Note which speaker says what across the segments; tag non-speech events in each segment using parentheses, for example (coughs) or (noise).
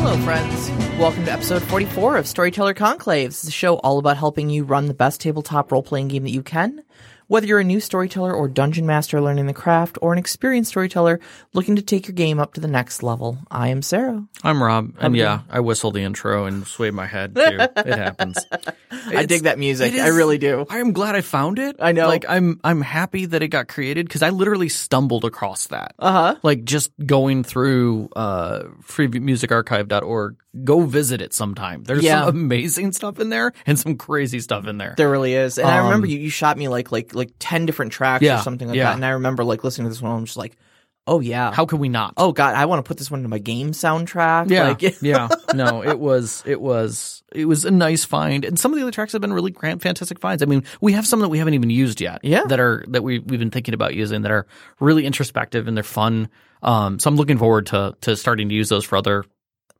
Speaker 1: Hello, friends. Welcome to episode 44 of Storyteller Conclaves, the show all about helping you run the best tabletop role playing game that you can. Whether you're a new storyteller or dungeon master learning the craft, or an experienced storyteller looking to take your game up to the next level, I am Sarah.
Speaker 2: I'm Rob, and yeah, I whistle the intro and sway my
Speaker 1: (laughs)
Speaker 2: head too. it happens.
Speaker 1: I dig that music. I really do.
Speaker 2: I am glad I found it.
Speaker 1: I know.
Speaker 2: Like I'm, I'm happy that it got created because I literally stumbled across that. Uh
Speaker 1: Uh-huh.
Speaker 2: huh. Like just going through uh, freemusicarchive.org. Go visit it sometime. There's
Speaker 1: Yeah.
Speaker 2: some amazing stuff in there and some crazy stuff in there.
Speaker 1: There really is. And I remember you, you shot me like like like 10 different tracks
Speaker 2: Yeah,
Speaker 1: or something like
Speaker 2: yeah.
Speaker 1: that. And I remember like listening to this one, I'm just like, oh yeah.
Speaker 2: How could we not?
Speaker 1: oh god, I want to put this one into my game soundtrack.
Speaker 2: Yeah,
Speaker 1: Like, (laughs)
Speaker 2: yeah. No, it was, it was, it was a nice find, and some of the other tracks have been really grand, fantastic finds. I mean, we have some that we haven't even used yet.
Speaker 1: Yeah.
Speaker 2: that are that we we've been thinking about using that are really introspective and they're fun. Um, so I'm looking forward to to starting to use those for other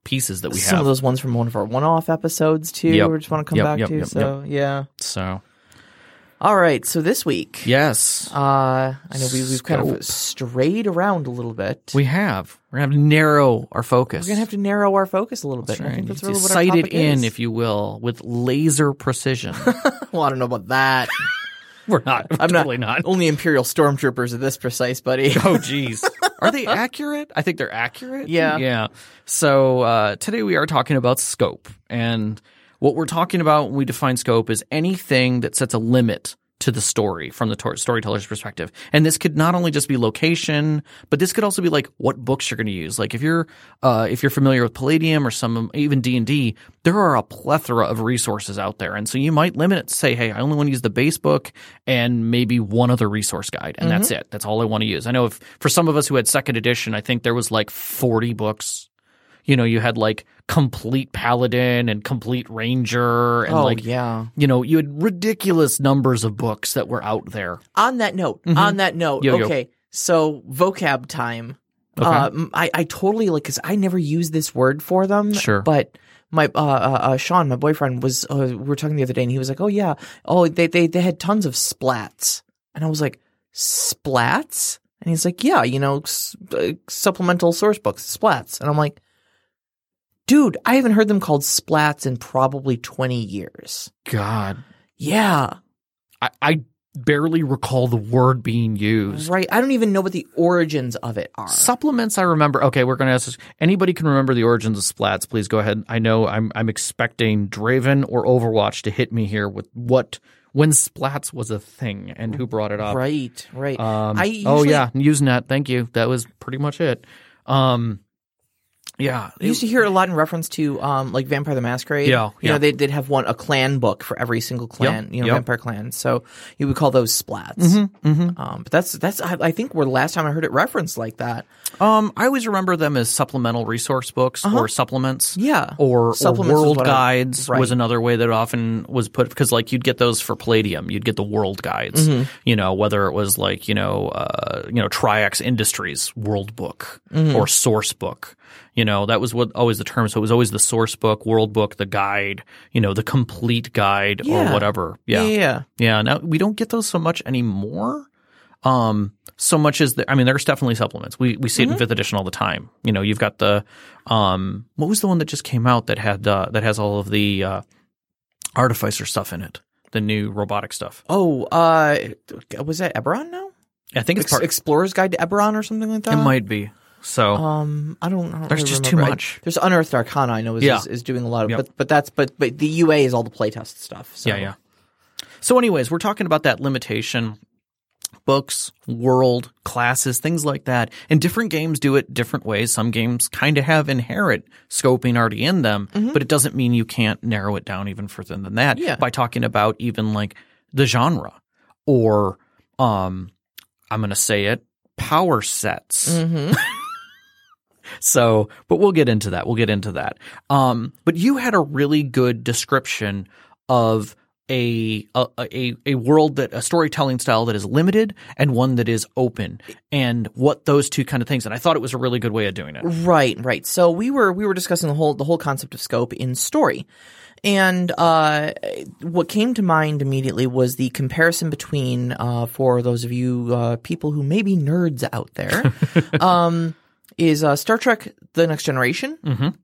Speaker 2: pieces that we
Speaker 1: some
Speaker 2: have.
Speaker 1: of those ones from one of our one-off episodes too.
Speaker 2: Yep.
Speaker 1: We just want to come
Speaker 2: Yep,
Speaker 1: back
Speaker 2: yep,
Speaker 1: to.
Speaker 2: yep,
Speaker 1: so yeah.
Speaker 2: so
Speaker 1: All right. So this week,
Speaker 2: yes,
Speaker 1: uh, I know we, we've kind
Speaker 2: Scope.
Speaker 1: of strayed around a little bit.
Speaker 2: we have. We're gonna have to narrow our focus.
Speaker 1: are gonna have to narrow our focus a little bit. and I
Speaker 2: Right.
Speaker 1: think that's
Speaker 2: You
Speaker 1: really what our
Speaker 2: sight it
Speaker 1: topic
Speaker 2: in,
Speaker 1: is.
Speaker 2: if you will, with laser precision.
Speaker 1: (laughs) well, I don't know about
Speaker 2: (laughs)
Speaker 1: that.
Speaker 2: We're (laughs) not.
Speaker 1: I'm
Speaker 2: totally not.
Speaker 1: Only Imperial stormtroopers are this precise,
Speaker 2: (laughs)
Speaker 1: buddy.
Speaker 2: Oh, geez. Are they accurate? I think they're accurate.
Speaker 1: Yeah.
Speaker 2: Yeah. So uh, today we are talking about scope. And what we're talking about when we define scope is anything that sets a limit to the story from the tor- storyteller's perspective. And this could not only just be location, but this could also be like what books you're going to use. Like if you're uh, if you're familiar with Palladium or some even D&D, there are a plethora of resources out there. And so you might limit it to say, "Hey, I only want to use the base book and maybe one other resource guide." And that's
Speaker 1: Mm-hmm.
Speaker 2: it. That's all I want to use. I know if for some of us who had second edition, I think there was like 40 books you know, you had like complete paladin and complete ranger and
Speaker 1: Oh,
Speaker 2: like
Speaker 1: yeah.
Speaker 2: you know, you had ridiculous numbers of books that were out there.
Speaker 1: on that note, on that note,
Speaker 2: Mm-hmm. Yo, yo.
Speaker 1: okay. So vocab time. Um, I I totally like because I never use this word for them.
Speaker 2: Sure.
Speaker 1: but my uh, uh uh, Sean, my boyfriend was uh, we were talking the other day, and he was like, "Oh yeah, oh they they they had tons of splats," and I was like, "Splats," and he's like, "Yeah, you know, s- uh, supplemental source books, splats," and I'm like. Dude, I haven't heard them called splats in probably 20 years.
Speaker 2: God.
Speaker 1: Yeah.
Speaker 2: I, I barely recall the word being used.
Speaker 1: Right. I don't even know what the origins of it are.
Speaker 2: Supplements I remember. Okay, we're gonna ask this. Anybody can remember the origins of splats, please go ahead. I know I'm I'm expecting Draven or Overwatch to hit me here with what when splats was a thing and who brought it up.
Speaker 1: Right, right.
Speaker 2: Um,
Speaker 1: I
Speaker 2: oh
Speaker 1: usually-
Speaker 2: yeah, Usenet. Thank you. That was pretty much it. Um, yeah,
Speaker 1: I used to hear a lot in reference to um, like Vampire the Masquerade.
Speaker 2: Yeah,
Speaker 1: you
Speaker 2: yeah.
Speaker 1: know they'd, they'd have one a clan book for every single clan, you know,
Speaker 2: yep. Mm-hmm,
Speaker 1: vampire clan. So you would call those splats. Um, but that's that's I, I think were the last time I heard it referenced like that.
Speaker 2: Um, I always remember them as supplemental resource books or supplements.
Speaker 1: Yeah.
Speaker 2: Or, or
Speaker 1: Supplements is
Speaker 2: world
Speaker 1: what I-
Speaker 2: guides
Speaker 1: right.
Speaker 2: was another way that often was put because like you'd get those for Palladium, you'd get the world guides.
Speaker 1: Mm-hmm.
Speaker 2: You know whether it was like you know uh, you know Triax Industries World Book
Speaker 1: Mm-hmm.
Speaker 2: or Source Book. You know that was what always the term. So it was always the Source Book, World Book, the guide. You know the complete guide
Speaker 1: Yeah.
Speaker 2: or whatever.
Speaker 1: yeah, yeah.
Speaker 2: Yeah, now we don't get those so much anymore. Um, so much as the, I mean, there's definitely supplements. We we see
Speaker 1: Mm-hmm.
Speaker 2: it in fifth edition all the time. You know, you've got the um, what was the one that just came out that had uh, that has all of the uh, artificer stuff in it, the new robotic stuff.
Speaker 1: Oh, uh, was that Eberron? Now
Speaker 2: I think it's
Speaker 1: Ex- uh,
Speaker 2: part.
Speaker 1: Explorer's Guide to Eberron or something like that.
Speaker 2: it might be. So
Speaker 1: Um, I don't. I don't
Speaker 2: There's
Speaker 1: really
Speaker 2: just too
Speaker 1: remember. I-
Speaker 2: much.
Speaker 1: there's Unearthed Arcana. I know is
Speaker 2: Yeah.
Speaker 1: is, is doing a lot of,
Speaker 2: Yep.
Speaker 1: but but that's but but the UA is all the playtest stuff. So.
Speaker 2: yeah, yeah. So, anyways, we're talking about that limitation. Books, world, classes, things like that. And different games do it different ways. Some games kind of have inherent scoping already in them, but it doesn't mean you can't narrow it down even further than that
Speaker 1: Mm-hmm. Yeah.
Speaker 2: by talking about even like the genre or, um, I'm going to say it, power sets. So, but we'll get into that. We'll get into that. Um, but you had a really good description of a, a a a world that a storytelling style that is limited and one that is open, and what those two kind of things. And I thought it was a really good way of doing it.
Speaker 1: Right, right. So we were we were discussing the whole the whole concept of scope in story. And uh, what came to mind immediately was the comparison between, uh, for those of you uh, people who may be nerds out there, um, is uh, Star Trek: The Next Generation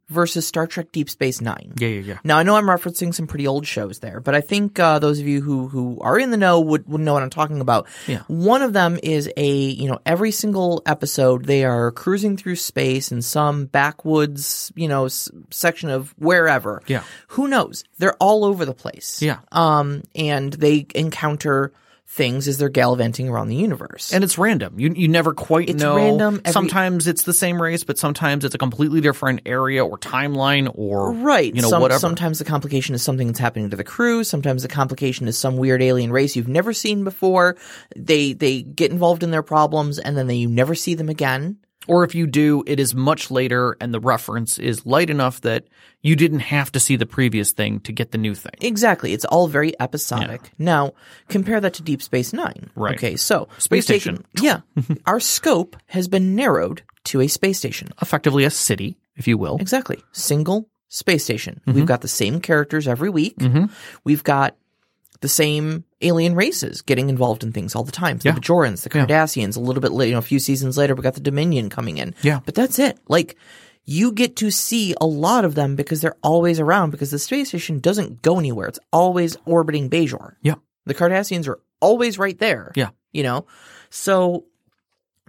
Speaker 1: versus Star Trek: Deep Space Nine.
Speaker 2: Yeah, yeah, yeah.
Speaker 1: Now I know I'm referencing some pretty old shows there, but I think uh, those of you who who are in the know would would know what I'm talking about.
Speaker 2: Yeah.
Speaker 1: One of them is a you know every single episode they are cruising through space in some backwoods you know s- section of wherever.
Speaker 2: Yeah.
Speaker 1: Who knows? They're all over the place.
Speaker 2: Yeah.
Speaker 1: Um, and they encounter things as they're gallivanting around the universe.
Speaker 2: And it's random. You you never quite
Speaker 1: It's
Speaker 2: know.
Speaker 1: random. Every-
Speaker 2: sometimes it's the same race, but sometimes it's a completely different area or timeline or
Speaker 1: Right.
Speaker 2: You know
Speaker 1: Some-
Speaker 2: whatever.
Speaker 1: Sometimes the complication is something that's happening to the crew. Sometimes the complication is some weird alien race you've never seen before. They they get involved in their problems and then they, you never see them again.
Speaker 2: Or if you do, it is much later, and the reference is light enough that you didn't have to see the previous thing to get the new thing.
Speaker 1: Exactly. It's all very episodic. Now compare that to Deep Space Nine.
Speaker 2: Right.
Speaker 1: Okay. So
Speaker 2: Space
Speaker 1: we've taken- (laughs) yeah. our scope has been narrowed to a space station.
Speaker 2: Effectively, a city, if you will.
Speaker 1: Exactly. Single space station.
Speaker 2: Mm-hmm.
Speaker 1: We've got the same characters every week. We've got the same alien races getting involved in things all the time. The
Speaker 2: Yeah.
Speaker 1: Bajorans, the
Speaker 2: Yeah.
Speaker 1: Cardassians, a little bit later, you know, a few seasons later, we got the Dominion coming in.
Speaker 2: Yeah.
Speaker 1: But that's it. Like, you get to see a lot of them because they're always around because the space station doesn't go anywhere. It's always orbiting Bajor.
Speaker 2: Yeah.
Speaker 1: The Cardassians are always right there.
Speaker 2: Yeah.
Speaker 1: You know? So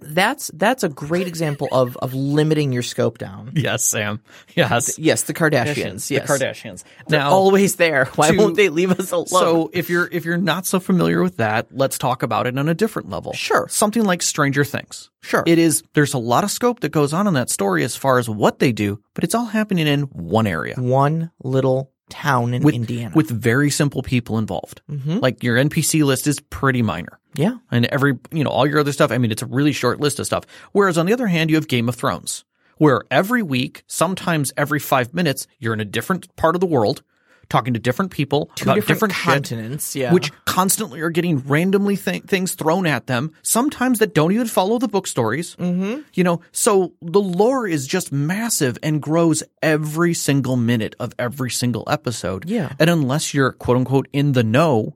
Speaker 1: that's that's a great example of of limiting your scope down.
Speaker 2: Yes, Sam. Yes.
Speaker 1: Yes, the Kardashians. Yes,
Speaker 2: The Kardashians.
Speaker 1: They're
Speaker 2: Now,
Speaker 1: always there. Why
Speaker 2: to-
Speaker 1: won't they leave us alone?
Speaker 2: so if you're if you're not so familiar with that, let's talk about it on a different level.
Speaker 1: Sure.
Speaker 2: Something like Stranger Things.
Speaker 1: sure,
Speaker 2: It is there's a lot of scope that goes on in that story as far as what they do, but it's all happening in one area.
Speaker 1: one little town in Indiana. Mm-hmm.
Speaker 2: With very simple people involved. Like your NPC list is pretty minor.
Speaker 1: yeah,
Speaker 2: and every you know all your other stuff i mean it's a really short list of stuff whereas on the other hand you have game of thrones where every week sometimes every five minutes you're in a different part of the world talking to different people
Speaker 1: two
Speaker 2: about
Speaker 1: different,
Speaker 2: different shit,
Speaker 1: continents. yeah,
Speaker 2: which constantly are getting randomly th- things thrown at them sometimes that don't even follow the book stories mm-hmm. you know so the lore is just massive and grows every single minute of every single episode
Speaker 1: Yeah.
Speaker 2: and unless you're quote unquote in the know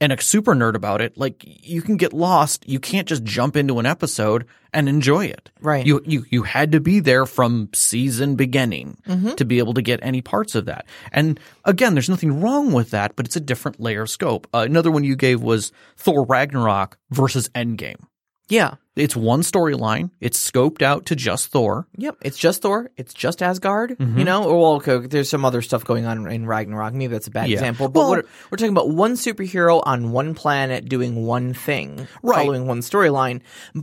Speaker 2: and a super nerd about it, like you can get lost. You can't just jump into an episode and enjoy it.
Speaker 1: Right.
Speaker 2: You you you had to be there from season beginning
Speaker 1: Mm-hmm.
Speaker 2: to be able to get any parts of that. And again, there's nothing wrong with that, but it's a different layer of scope. Uh, another one you gave was Thor Ragnarok versus Endgame.
Speaker 1: yeah,
Speaker 2: It's one storyline. It's scoped out to just Thor.
Speaker 1: yep. It's just Thor. It's just Asgard.
Speaker 2: Mm-hmm.
Speaker 1: You know, or well, okay, there's some other stuff going on in Ragnarok. Maybe that's a bad
Speaker 2: Yeah.
Speaker 1: example. But
Speaker 2: Well-
Speaker 1: we're, we're talking about one superhero on one planet doing one thing,
Speaker 2: Right.
Speaker 1: following one storyline,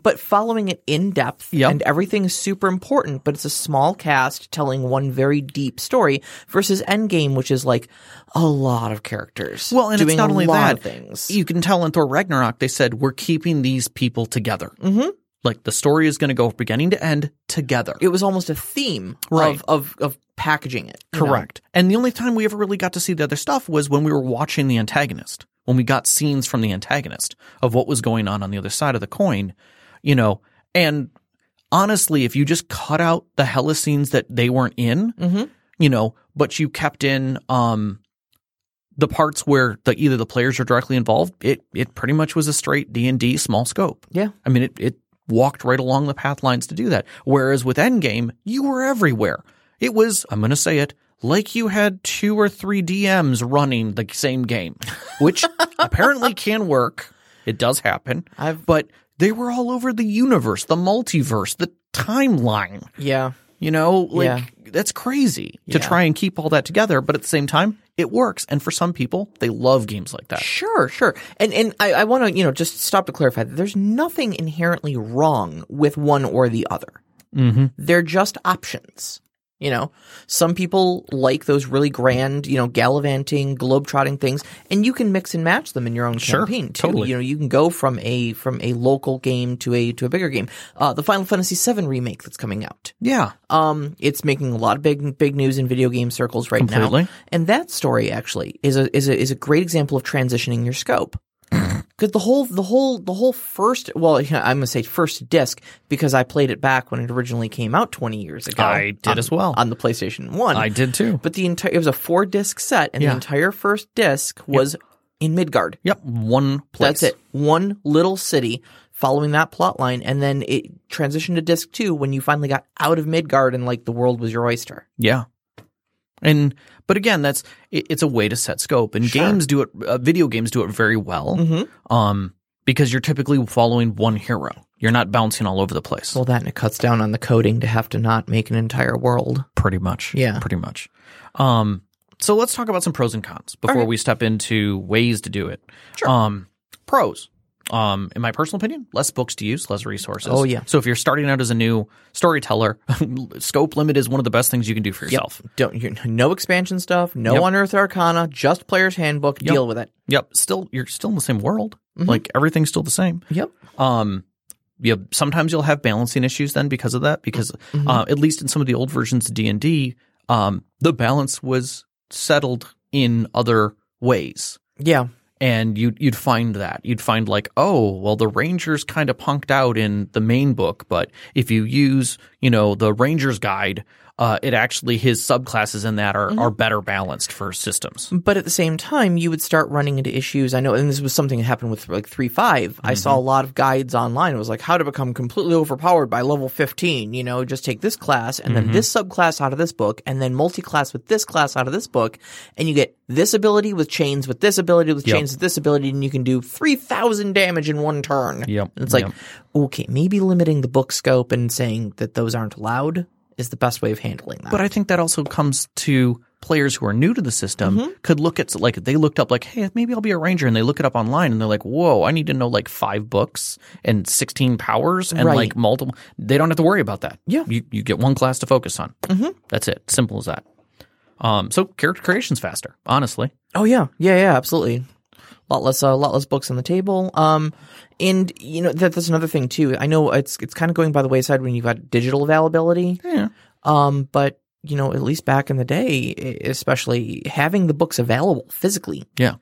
Speaker 1: but following it in depth.
Speaker 2: Yep.
Speaker 1: And everything is super important, but it's a small cast telling one very deep story versus Endgame, which is like a lot of characters.
Speaker 2: Well, and
Speaker 1: doing
Speaker 2: it's not
Speaker 1: a
Speaker 2: only
Speaker 1: lot
Speaker 2: that. e-
Speaker 1: of things.
Speaker 2: You can tell in Thor Ragnarok they said we're keeping these people together. Mm-hmm. Like the story is going to go beginning to end together.
Speaker 1: it was almost a theme
Speaker 2: Right.
Speaker 1: of, of of packaging it. you know?
Speaker 2: Correct. And the only time we ever really got to see the other stuff was when we were watching the antagonist, when we got scenes from the antagonist of what was going on on the other side of the coin, you know. And honestly, if you just cut out the hella scenes that they weren't in,
Speaker 1: Mm-hmm.
Speaker 2: you know, but you kept in um the parts where the either the players are directly involved, it it pretty much was a straight D and D small scope.
Speaker 1: Yeah.
Speaker 2: I mean, it, it walked right along the path lines to do that. Whereas with Endgame, you were everywhere. It was, I'm going to say it, like you had two or three DMs running the same game,
Speaker 1: (laughs)
Speaker 2: which apparently can work. It does happen.
Speaker 1: I've-
Speaker 2: but they were all over the universe, the multiverse, the timeline.
Speaker 1: Yeah.
Speaker 2: You know, like
Speaker 1: Yeah.
Speaker 2: that's crazy
Speaker 1: Yeah.
Speaker 2: to try and keep all that together. But at the same time, it works. And for some people, they love games like that.
Speaker 1: Sure, sure. And and I, I want to, you know, just stop to clarify that there's nothing
Speaker 2: Mm-hmm.
Speaker 1: inherently wrong with one or the other. They're just options. You know, some people like those really grand, you know, gallivanting, globetrotting things, and you can mix and match them in your own
Speaker 2: Sure,
Speaker 1: campaign too.
Speaker 2: totally.
Speaker 1: You know, you can go from a from a local game to a to a bigger game. Uh, the Final Fantasy VII remake that's coming out.
Speaker 2: Yeah.
Speaker 1: Um, it's making a lot of big big news in video game circles right
Speaker 2: Completely.
Speaker 1: now. And that story actually is a is a is a great example of transitioning your
Speaker 2: (clears throat)
Speaker 1: scope. Because the whole the whole the whole first well yeah, I'm gonna say first disc because I played it back when it originally came out 20 years ago.
Speaker 2: I did
Speaker 1: on-
Speaker 2: as well.
Speaker 1: on the PlayStation One.
Speaker 2: I did too.
Speaker 1: But the entire it was a four disc set, and
Speaker 2: Yeah.
Speaker 1: the entire first disc was in Midgard.
Speaker 2: Yep. One place.
Speaker 1: That's it. One little city following that plot line, and then it transitioned to disc two when you finally got out of Midgard and like the world was your oyster.
Speaker 2: Yeah. And but again, that's it, it's a way to set scope, and
Speaker 1: Sure.
Speaker 2: games do it. Uh, video games do it very well,
Speaker 1: Mhm.
Speaker 2: um, because you're typically following one hero. You're not bouncing all over the place,
Speaker 1: Well, that and it cuts down on the coding to have to not make an entire world.
Speaker 2: pretty much.
Speaker 1: Yeah.
Speaker 2: pretty much. Um, so let's talk about some pros and cons before
Speaker 1: Okay.
Speaker 2: we step into ways to do it.
Speaker 1: Sure.
Speaker 2: Um, pros. Um, in my personal opinion, less books to use, less resources.
Speaker 1: Oh, yeah.
Speaker 2: So if you're starting out as a new storyteller, (laughs) scope limit is one of the best things you can do for yourself.
Speaker 1: Don't you, no expansion stuff, no
Speaker 2: Yep.
Speaker 1: unearthed arcana, just player's handbook.
Speaker 2: Yep.
Speaker 1: Deal with it.
Speaker 2: Yep. Still, you're still in the same world. Like everything's still the same.
Speaker 1: Yep.
Speaker 2: Um, you sometimes you'll have balancing issues then because of that. Because uh, at least in some of the old versions of D and D, um, the balance was settled in other ways,
Speaker 1: Yeah.
Speaker 2: and you'd you'd find that you'd find like, oh, well, the Rangers kind of punked out in the main book, but if you use you know the Rangers guide. Uh, it actually his subclasses in that are, are better balanced for systems.
Speaker 1: But at the same time, you would start running into issues. I know, and this was something that happened with like three I
Speaker 2: Mm-hmm.
Speaker 1: saw a lot of guides online. It was like how to become completely overpowered by level fifteen. You know, just take this class and
Speaker 2: Mm-hmm.
Speaker 1: then this subclass out of this book, and then multi-class with this class out of this book, and you get this ability with chains, with this ability with chains, with this ability, and you can do three thousand damage in one turn.
Speaker 2: Yep.
Speaker 1: And it's like, okay, maybe limiting the book scope and saying that those aren't allowed is the best way of handling that.
Speaker 2: But I think that also comes to players who are new to the system could look at like they looked up like hey maybe I'll be a ranger and they look it up online and they're like whoa I need to know like five books and 16 powers and
Speaker 1: Right.
Speaker 2: like multiple they don't have to worry about that
Speaker 1: Yeah.
Speaker 2: you, you get one class to focus on mm-hmm. that's it simple as that um so character creation's faster honestly
Speaker 1: Oh yeah, yeah, yeah, absolutely. A lot less, a lot less books on the table. Um, and you know that that's another thing too. I know it's it's kind of going by the wayside when you've got digital availability.
Speaker 2: yeah
Speaker 1: Um, but you know, at least back in the day, e- especially having the books available physically.
Speaker 2: Yeah.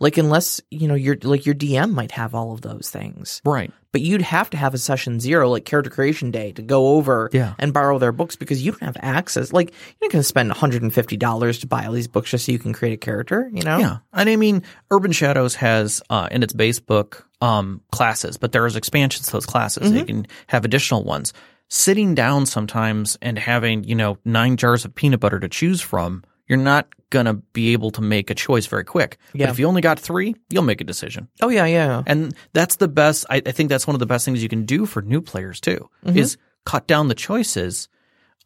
Speaker 1: Like unless you know your like your DM might have all of those things,
Speaker 2: right
Speaker 1: but you'd have to have a session zero like character creation day to go over
Speaker 2: Yeah.
Speaker 1: and borrow their books because you don't have access. Like you're not going to spend 150 dollars to buy all these books just so you can create a character. You know?
Speaker 2: Yeah, and I mean, Urban Shadows has uh, in its base book um, classes, but there is expansions to those classes.
Speaker 1: Mm-hmm.
Speaker 2: You can have additional ones. Sitting down sometimes and having you know nine jars of peanut butter to choose from, you're not gonna be able to make a choice very quick. But
Speaker 1: Yeah.
Speaker 2: if you only got three, you'll make a decision,
Speaker 1: Oh yeah, yeah.
Speaker 2: and that's the best. I, I think that's one of the best things you can do for new players too
Speaker 1: Mm-hmm.
Speaker 2: is cut down the choices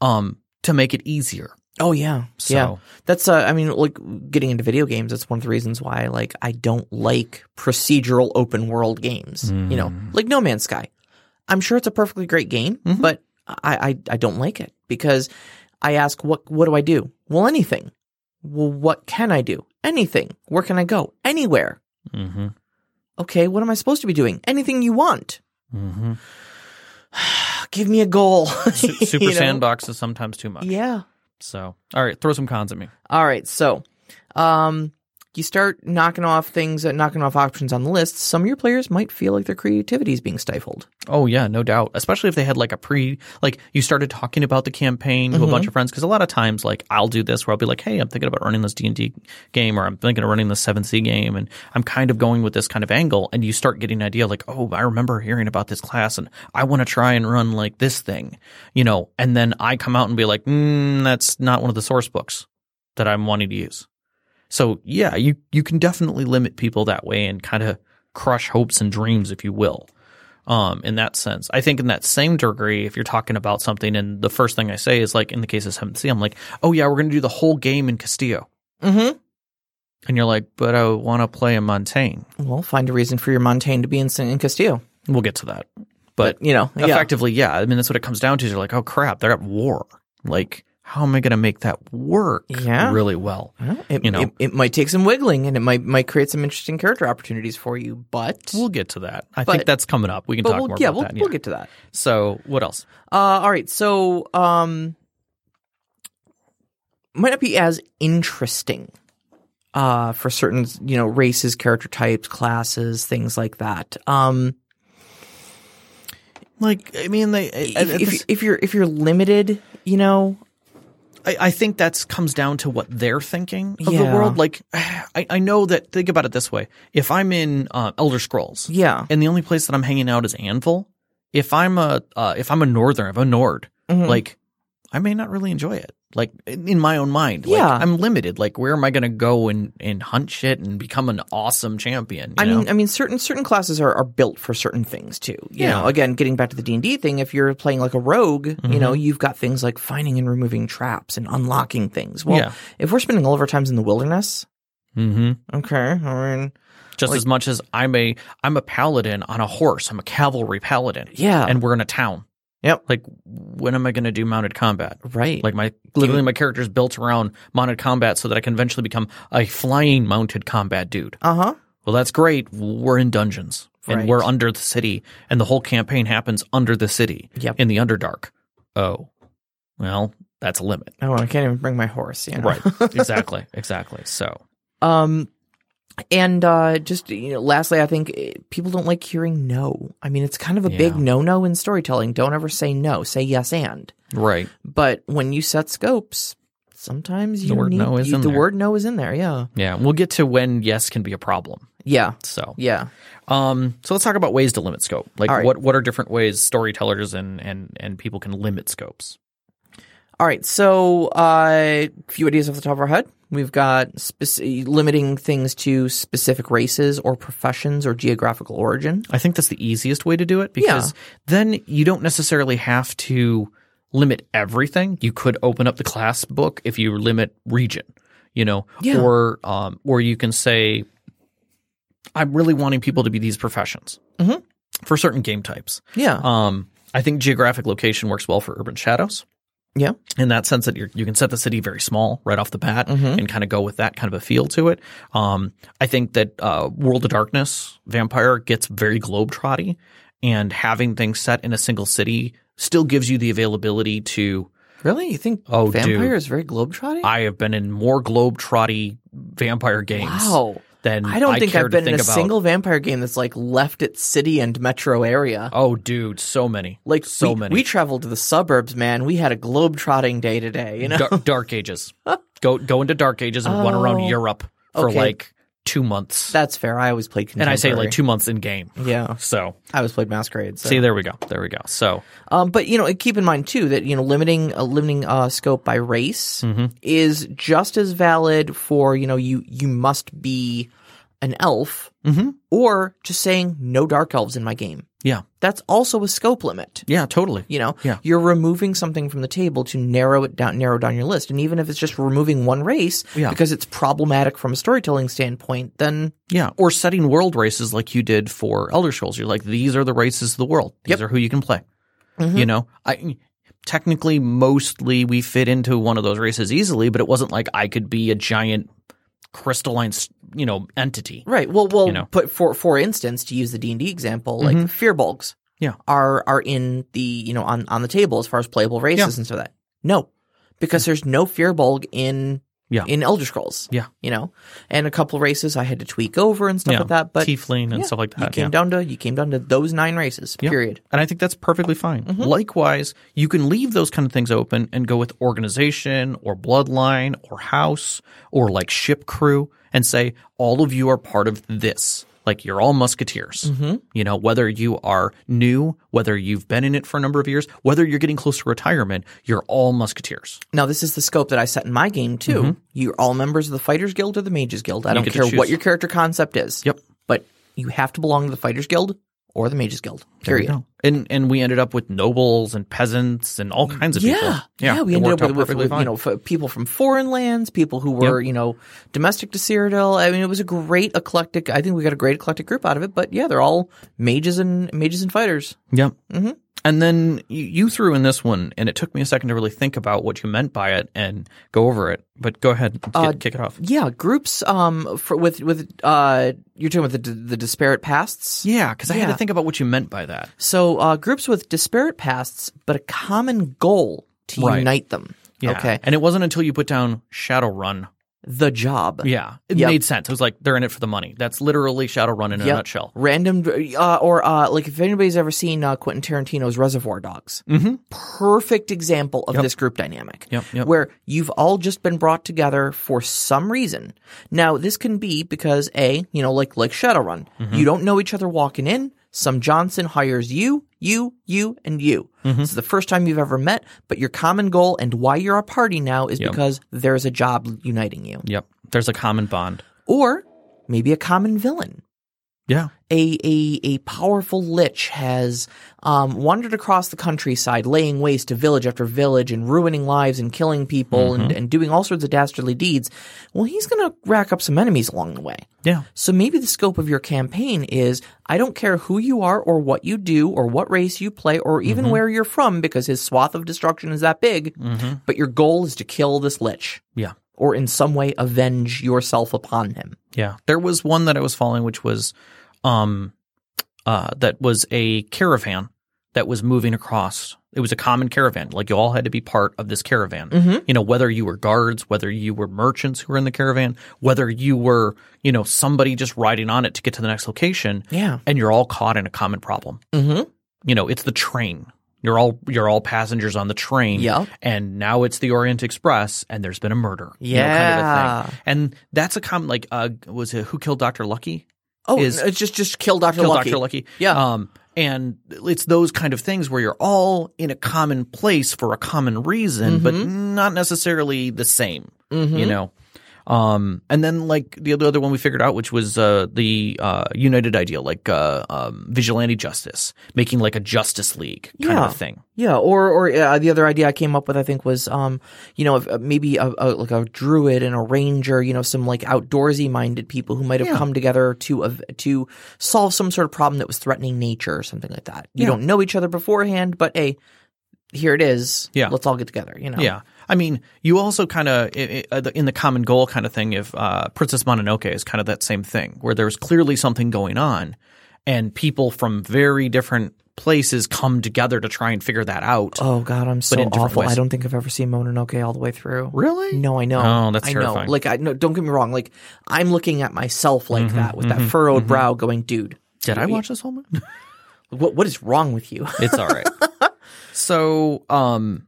Speaker 2: um, to make it easier.
Speaker 1: Oh yeah, yeah.
Speaker 2: So-
Speaker 1: That's uh, I mean, like getting into video games. That's one of the reasons why like I don't like procedural open world games. You know,
Speaker 2: Mm.
Speaker 1: like No Man's Sky. I'm sure it's a perfectly great game,
Speaker 2: Mm-hmm.
Speaker 1: but I, I I don't like it because I ask what what do I do? Well, anything. Well, what can I do? Anything. Where can I go? Anywhere. (laughs)
Speaker 2: Mm-hmm.
Speaker 1: Okay, what am I supposed to be doing? Anything you want.
Speaker 2: Mm-hmm.
Speaker 1: (sighs) Give me a goal. (laughs)
Speaker 2: Super
Speaker 1: You know?
Speaker 2: sandbox is sometimes too much.
Speaker 1: Yeah.
Speaker 2: So, all right, throw some cons at me.
Speaker 1: All right, so um, you start knocking off things, uh, knocking off options on the list. Some of your players might feel like their creativity is being stifled.
Speaker 2: Oh yeah, no doubt. Especially if they had like a pre, like you started talking about the campaign to a bunch of friends. Because a lot of times, like I'll do this where I'll be like, "Hey, I'm thinking about running this D and D game, or I'm thinking of running this Seven C game, and I'm kind of going with this kind of angle." And you start getting an idea, like, "Oh, I remember hearing about this class, and I want to try and run like this thing," you know. And then I come out and be like, mm, "That's not one of the source books that I'm wanting to use." So yeah, you you can definitely limit people that way and kind of crush hopes and dreams, if you will. Um, in that sense, I think in that same degree, if you're talking about something, and the first thing I say is like in the case of Seventh Sea, I'm like, oh yeah, we're going to do the whole game in Castillo,
Speaker 1: Mm-hmm.
Speaker 2: and you're like, but I want to play in Montaigne.
Speaker 1: Well, find a reason for your Montaigne to be in, San- in Castile.
Speaker 2: We'll get to that, but
Speaker 1: You know, yeah.
Speaker 2: effectively, yeah. I mean, that's what it comes down to. Is you're like, oh crap, they're at war. Like, how am I going to make that work
Speaker 1: Yeah.
Speaker 2: really well?
Speaker 1: Well, it,
Speaker 2: You know.
Speaker 1: it, it might take some wiggling and it might might create some interesting character opportunities for you, but
Speaker 2: We'll get to that. I
Speaker 1: But-
Speaker 2: think that's coming up. We can
Speaker 1: but
Speaker 2: talk
Speaker 1: we'll,
Speaker 2: more
Speaker 1: yeah,
Speaker 2: about
Speaker 1: we'll,
Speaker 2: that.
Speaker 1: we'll get to that.
Speaker 2: so what else?
Speaker 1: Uh, all right, so um, might not be as interesting uh, for certain you know races, character types, classes, things like that. Um,
Speaker 2: Like I mean, they.
Speaker 1: if, if, if you're if you're limited, you know,
Speaker 2: I, I think that's comes down to what they're thinking of the
Speaker 1: Yeah.
Speaker 2: world. Like, (sighs) I, I know that. Think about it this way: if I'm in uh, Elder Scrolls,
Speaker 1: yeah,
Speaker 2: and the only place that I'm hanging out is Anvil, if I'm a uh, if I'm a Northern, if I'm a Nord,
Speaker 1: Mhm.
Speaker 2: like I may not really enjoy it. Like in in my own mind,
Speaker 1: Yeah.
Speaker 2: like, I'm limited. Like, where am I going to go and and hunt shit and become an awesome champion? you
Speaker 1: I
Speaker 2: know?
Speaker 1: mean, I mean, certain certain classes are, are built for certain things too. You
Speaker 2: Yeah.
Speaker 1: know, again, getting back to the D and D thing, if you're playing like a rogue, you know,
Speaker 2: Mm-hmm.
Speaker 1: you've got things like finding and removing traps and unlocking things. Well,
Speaker 2: Yeah.
Speaker 1: if we're spending all of our times in the wilderness,
Speaker 2: Mhm.
Speaker 1: okay, I mean,
Speaker 2: just as much as I'm a I'm a paladin on a horse. I'm a cavalry paladin.
Speaker 1: Yeah.
Speaker 2: and we're in a town.
Speaker 1: Yep.
Speaker 2: Like, when am I going to do mounted combat?
Speaker 1: right,
Speaker 2: Like my literally my character's built around mounted combat so that I can eventually become a flying mounted combat dude.
Speaker 1: uh huh,
Speaker 2: Well, that's great. We're in dungeons and
Speaker 1: Right.
Speaker 2: we're under the city, and the whole campaign happens under the city
Speaker 1: Yep.
Speaker 2: in the Underdark. Oh, well, that's a limit.
Speaker 1: Oh, I can't even bring my horse. You know?
Speaker 2: Right. exactly. (laughs) Exactly. So,
Speaker 1: (laughs) Um, and uh, just you know, lastly, I think eh, people don't like hearing no. I mean, it's kind of a big
Speaker 2: Yeah.
Speaker 1: no-no in storytelling. Don't ever say no. Say yes and.
Speaker 2: right.
Speaker 1: But when you set scopes, sometimes you
Speaker 2: word
Speaker 1: need,
Speaker 2: no is
Speaker 1: you-
Speaker 2: in
Speaker 1: the
Speaker 2: there.
Speaker 1: word no is in there. Yeah,
Speaker 2: Yeah. We'll get to when yes can be a problem.
Speaker 1: yeah,
Speaker 2: So,
Speaker 1: yeah.
Speaker 2: um, so let's talk about ways to limit scope. Like,
Speaker 1: All right.
Speaker 2: what what are different ways storytellers and and and people can limit scopes?
Speaker 1: All right, so uh, few ideas off the top of our head. We've got speci- limiting things to specific races or professions or geographical origin.
Speaker 2: I think that's the easiest way to do it because then you don't necessarily have to limit everything. You could open up the class book if you limit region, you know,
Speaker 1: Yeah.
Speaker 2: or um, or you can say, I'm really wanting people to be these professions
Speaker 1: Mm-hmm.
Speaker 2: for certain game types.
Speaker 1: Yeah,
Speaker 2: Um, I think geographic location works well for urban shadows
Speaker 1: yeah,
Speaker 2: in that sense that you're, you can set the city very small right off the bat
Speaker 1: Mm-hmm.
Speaker 2: and kind of go with that kind of a feel to it. Um, I think that uh, World of Darkness Vampire gets very globetrotty, and having things set in a single city still gives you the availability to.
Speaker 1: really. You think
Speaker 2: Oh,
Speaker 1: vampire
Speaker 2: dude.
Speaker 1: is very globetrotting?
Speaker 2: I have been in more globetrotty vampire games
Speaker 1: Wow.
Speaker 2: than
Speaker 1: I don't think
Speaker 2: Mm, care
Speaker 1: I've
Speaker 2: to
Speaker 1: been in a
Speaker 2: think about.
Speaker 1: single vampire game that's like left its city and metro area.
Speaker 2: Oh, dude, so many,
Speaker 1: Like
Speaker 2: so
Speaker 1: we,
Speaker 2: many.
Speaker 1: we traveled to the suburbs, man. We had a globetrotting day today. You know,
Speaker 2: (laughs) Dar- dark Ages. go go into Dark Ages and run around Europe
Speaker 1: Oh.
Speaker 2: for
Speaker 1: okay.
Speaker 2: like two
Speaker 1: (laughs)
Speaker 2: months.
Speaker 1: that's fair. I always played.
Speaker 2: and I say
Speaker 1: contemporary.
Speaker 2: like two months in game.
Speaker 1: Yeah,
Speaker 2: So
Speaker 1: I always played Masquerade. So.
Speaker 2: see, there we go, there we go. So
Speaker 1: Um, but you know, keep in mind too that you know limiting uh, limiting uh, scope by race
Speaker 2: Mm-hmm.
Speaker 1: is just as valid for you know you you must be an elf
Speaker 2: Mm-hmm.
Speaker 1: or just saying no dark elves in my game.
Speaker 2: yeah,
Speaker 1: That's also a scope limit.
Speaker 2: yeah, totally.
Speaker 1: You know,
Speaker 2: Yeah.
Speaker 1: you're removing something from the table to narrow it down, narrow down your list. And even if it's just removing one race
Speaker 2: Yeah.
Speaker 1: because it's problematic from a storytelling standpoint, then
Speaker 2: Yeah, or setting world races like you did for Elder Scrolls. You're like, these are the races of the world. These are who you can play. You know, I technically mostly we fit into one of those races easily, but it wasn't like I could be a giant crystalline, s- you know, entity.
Speaker 1: right. Well, well,
Speaker 2: You know. Mm-hmm.
Speaker 1: put for for instance, to use the D and D example, like fear bulgs
Speaker 2: Yeah.
Speaker 1: are are in the you know on on the table as far as playable races
Speaker 2: Yeah.
Speaker 1: and stuff like that. No, because there's no fear bulg in
Speaker 2: Yeah.
Speaker 1: in Elder Scrolls.
Speaker 2: Yeah.
Speaker 1: you know, and a couple races I had to tweak over and stuff
Speaker 2: Yeah,
Speaker 1: like that. But
Speaker 2: tiefling and
Speaker 1: yeah,
Speaker 2: stuff like
Speaker 1: you
Speaker 2: that.
Speaker 1: came
Speaker 2: yeah.
Speaker 1: down to you came down to those nine races.
Speaker 2: Yeah.
Speaker 1: Period.
Speaker 2: And I think that's perfectly fine.
Speaker 1: Mm-hmm.
Speaker 2: Likewise, you can leave those kind of things open and go with organization or bloodline or house or like ship crew and say, all of you are part of this. Like you're all musketeers.
Speaker 1: Mm-hmm.
Speaker 2: You know, whether you are new, whether you've been in it for a number of years, whether you're getting close to retirement, you're all musketeers.
Speaker 1: Now, this is the scope that I set in my game too. You're all members of the Fighters Guild or the Mages Guild. I don't
Speaker 2: Mm-hmm. get to
Speaker 1: care
Speaker 2: choose.
Speaker 1: what your character concept is.
Speaker 2: Yep.
Speaker 1: But you have to belong to the Fighters Guild or the Mages Guild. Period.
Speaker 2: No. And and we ended up with nobles and peasants and all kinds of
Speaker 1: Yeah.
Speaker 2: people.
Speaker 1: yeah, We
Speaker 2: it
Speaker 1: ended
Speaker 2: worked
Speaker 1: up
Speaker 2: out
Speaker 1: with, with,
Speaker 2: perfectly
Speaker 1: with you
Speaker 2: fine.
Speaker 1: know f- people from foreign lands, people who were you know domestic to Cyrodiil. I mean, it was a great eclectic. I think we got a great eclectic group out of it. But yeah, they're all mages and mages and fighters.
Speaker 2: Yep. And then you, you threw in this one, and it took me a second to really think about what you meant by it and go over it. But go ahead, and
Speaker 1: Uh,
Speaker 2: kick, kick it off.
Speaker 1: Yeah, groups um for, with with uh you're talking about the the disparate pasts.
Speaker 2: Yeah, because I had
Speaker 1: yeah.
Speaker 2: to think about what you meant by that.
Speaker 1: So uh, groups with disparate pasts, but a common goal to
Speaker 2: Right.
Speaker 1: unite them.
Speaker 2: Yeah.
Speaker 1: Okay,
Speaker 2: And it wasn't until you put down Shadowrun.
Speaker 1: the job.
Speaker 2: Yeah. It
Speaker 1: Yep.
Speaker 2: made sense. It was like they're in it for the money. That's literally Shadowrun in a
Speaker 1: Yep.
Speaker 2: nutshell.
Speaker 1: Random, uh, or uh, like if anybody's ever seen uh, Quentin Tarantino's Reservoir Dogs, mm-hmm. perfect example of this group dynamic,
Speaker 2: Yep, yep.
Speaker 1: where you've all just been brought together for some reason. Now, this can be because a, you know, like like Shadowrun,
Speaker 2: Mm-hmm.
Speaker 1: you don't know each other walking in. Some Johnson hires you, you, you, and you.
Speaker 2: Mm-hmm.
Speaker 1: This is the first time you've ever met, but your common goal and why you're a party now is because there's a job uniting you,
Speaker 2: Yep. There's a common bond.
Speaker 1: or maybe a common villain
Speaker 2: Yeah.
Speaker 1: a, a, a powerful lich has um, wandered across the countryside, laying waste to village after village and ruining lives and killing people and, and doing all sorts of dastardly deeds. Well, he's going to rack up some enemies along the way.
Speaker 2: Yeah.
Speaker 1: So maybe the scope of your campaign is I don't care who you are or what you do or what race you play or even where you're from because his swath of destruction is that big, but your goal is to kill this lich
Speaker 2: Yeah.
Speaker 1: or in some way avenge yourself upon him.
Speaker 2: Yeah. There was one that I was following, which was, um, uh, that was a caravan that was moving across. It was a common caravan. Like you all had to be part of this caravan. You know, whether you were guards, whether you were merchants who were in the caravan, whether you were, you know, somebody just riding on it to get to the next location.
Speaker 1: Yeah.
Speaker 2: And you're all caught in a common problem.
Speaker 1: Mhm.
Speaker 2: You know, it's the train. You're all you're all passengers on the train.
Speaker 1: Yep.
Speaker 2: And now it's the Orient Express, and there's been a murder. you know, kind of a
Speaker 1: Yeah.
Speaker 2: thing. And that's a common like uh was it who killed Dr. Lucky?
Speaker 1: Oh,
Speaker 2: Is-
Speaker 1: it's just just kill Dr.
Speaker 2: Kill
Speaker 1: Lucky.
Speaker 2: Dr. Lucky.
Speaker 1: Yeah.
Speaker 2: Um and it's those kind of things where you're all in a common place for a common reason, but
Speaker 1: Mm-hmm.
Speaker 2: not necessarily the same. You know. Um and then like the other other one we figured out, which was uh the uh United Ideal, like uh um, vigilante justice, making like a justice league kind
Speaker 1: Yeah.
Speaker 2: of a thing.
Speaker 1: Yeah, or or uh, the other idea I came up with, I think, was um, you know, if, uh, maybe a, a like a druid and a ranger, you know, some like outdoorsy minded people who might have come together to av- to solve some sort of problem that was threatening nature or something like that. You don't know each other beforehand, but hey, here it is.
Speaker 2: Yeah.
Speaker 1: let's all get together. You know.
Speaker 2: Yeah. I mean, you also kind of in uh, the common goal kind of thing. If uh, Princess Mononoke is kind of that same thing, where there's clearly something going on, and people from very different places come together to try and figure that out.
Speaker 1: Oh God, I'm so
Speaker 2: in different
Speaker 1: awful. I
Speaker 2: ways.
Speaker 1: don't think I've ever seen Mononoke all the way through.
Speaker 2: Really?
Speaker 1: No, I know.
Speaker 2: Oh, that's
Speaker 1: I
Speaker 2: terrifying.
Speaker 1: know. Like, I no, don't get me wrong. Like, I'm looking at myself like that with that furrowed brow, going, "Dude,
Speaker 2: Mm-hmm, Did I watch this whole movie?
Speaker 1: what what is wrong with you?" (laughs)
Speaker 2: It's all right. (laughs) so, um,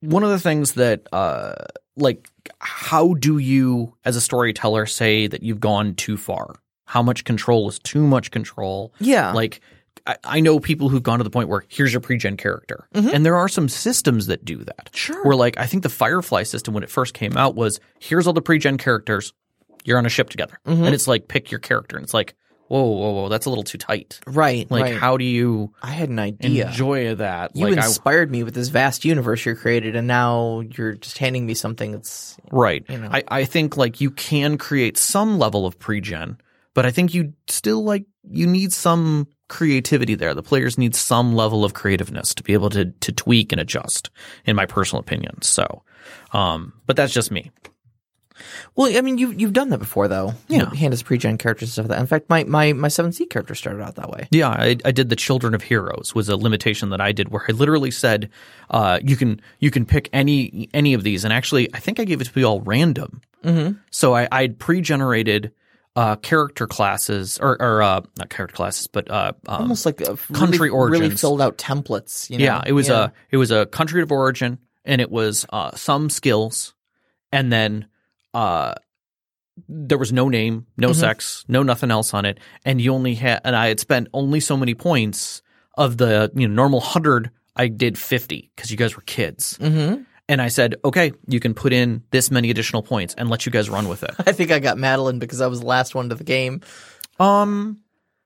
Speaker 2: one of the things that, uh, like, how do you, as a storyteller, say that you've gone too far? How much control is too much control?
Speaker 1: Yeah.
Speaker 2: Like, I, I know people who've gone to the point where here's your pre-gen character, and there are some systems that do that.
Speaker 1: Sure.
Speaker 2: Where, like, I think the Firefly system when it first came out was here's all the pre-gen characters. You're on a ship together, and it's like pick your character, and it's like, whoa, whoa, whoa, that's a little too tight.
Speaker 1: Right.
Speaker 2: Like,
Speaker 1: right.
Speaker 2: how do you?
Speaker 1: I had an idea.
Speaker 2: enjoy that.
Speaker 1: you
Speaker 2: like
Speaker 1: inspired me with this vast universe you created, and now you're just handing me something that's
Speaker 2: I, right.
Speaker 1: know.
Speaker 2: I, I think like you can create some level of pre-gen, but I think you still like you need some creativity there. The players need some level of creativeness to be able to to tweak and adjust, in my personal opinion. So um but that's just me.
Speaker 1: well. I mean, you've you've done that before, though.
Speaker 2: Yeah.
Speaker 1: You hand us pre-gen characters and stuff like that. In fact, my my my seven C character started out that way.
Speaker 2: Yeah, I, I did the Children of Heroes was a limitation that I did where I literally said uh, you can you can pick any any of these, and actually I think I gave it to be all random. Mm-hmm. So I I'd pre-generated uh, character classes or, or uh, not character classes, but uh, um,
Speaker 1: Almost like a really-
Speaker 2: Country
Speaker 1: really
Speaker 2: origins.
Speaker 1: filled out templates. You know?
Speaker 2: yeah, it was
Speaker 1: uh,
Speaker 2: a it was a country of origin, and it was uh, some skills, and then uh, there was no name, no
Speaker 1: Mm-hmm.
Speaker 2: sex, no nothing else on it, and you only had and I had spent only so many points of the you know normal hundred. I did fifty because you guys were kids,
Speaker 1: Mhm.
Speaker 2: and I said, okay, you can put in this many additional points and let you guys run with it.
Speaker 1: (laughs)
Speaker 2: (laughs)
Speaker 1: I think I got Madeline because I was the last one to the game.
Speaker 2: um,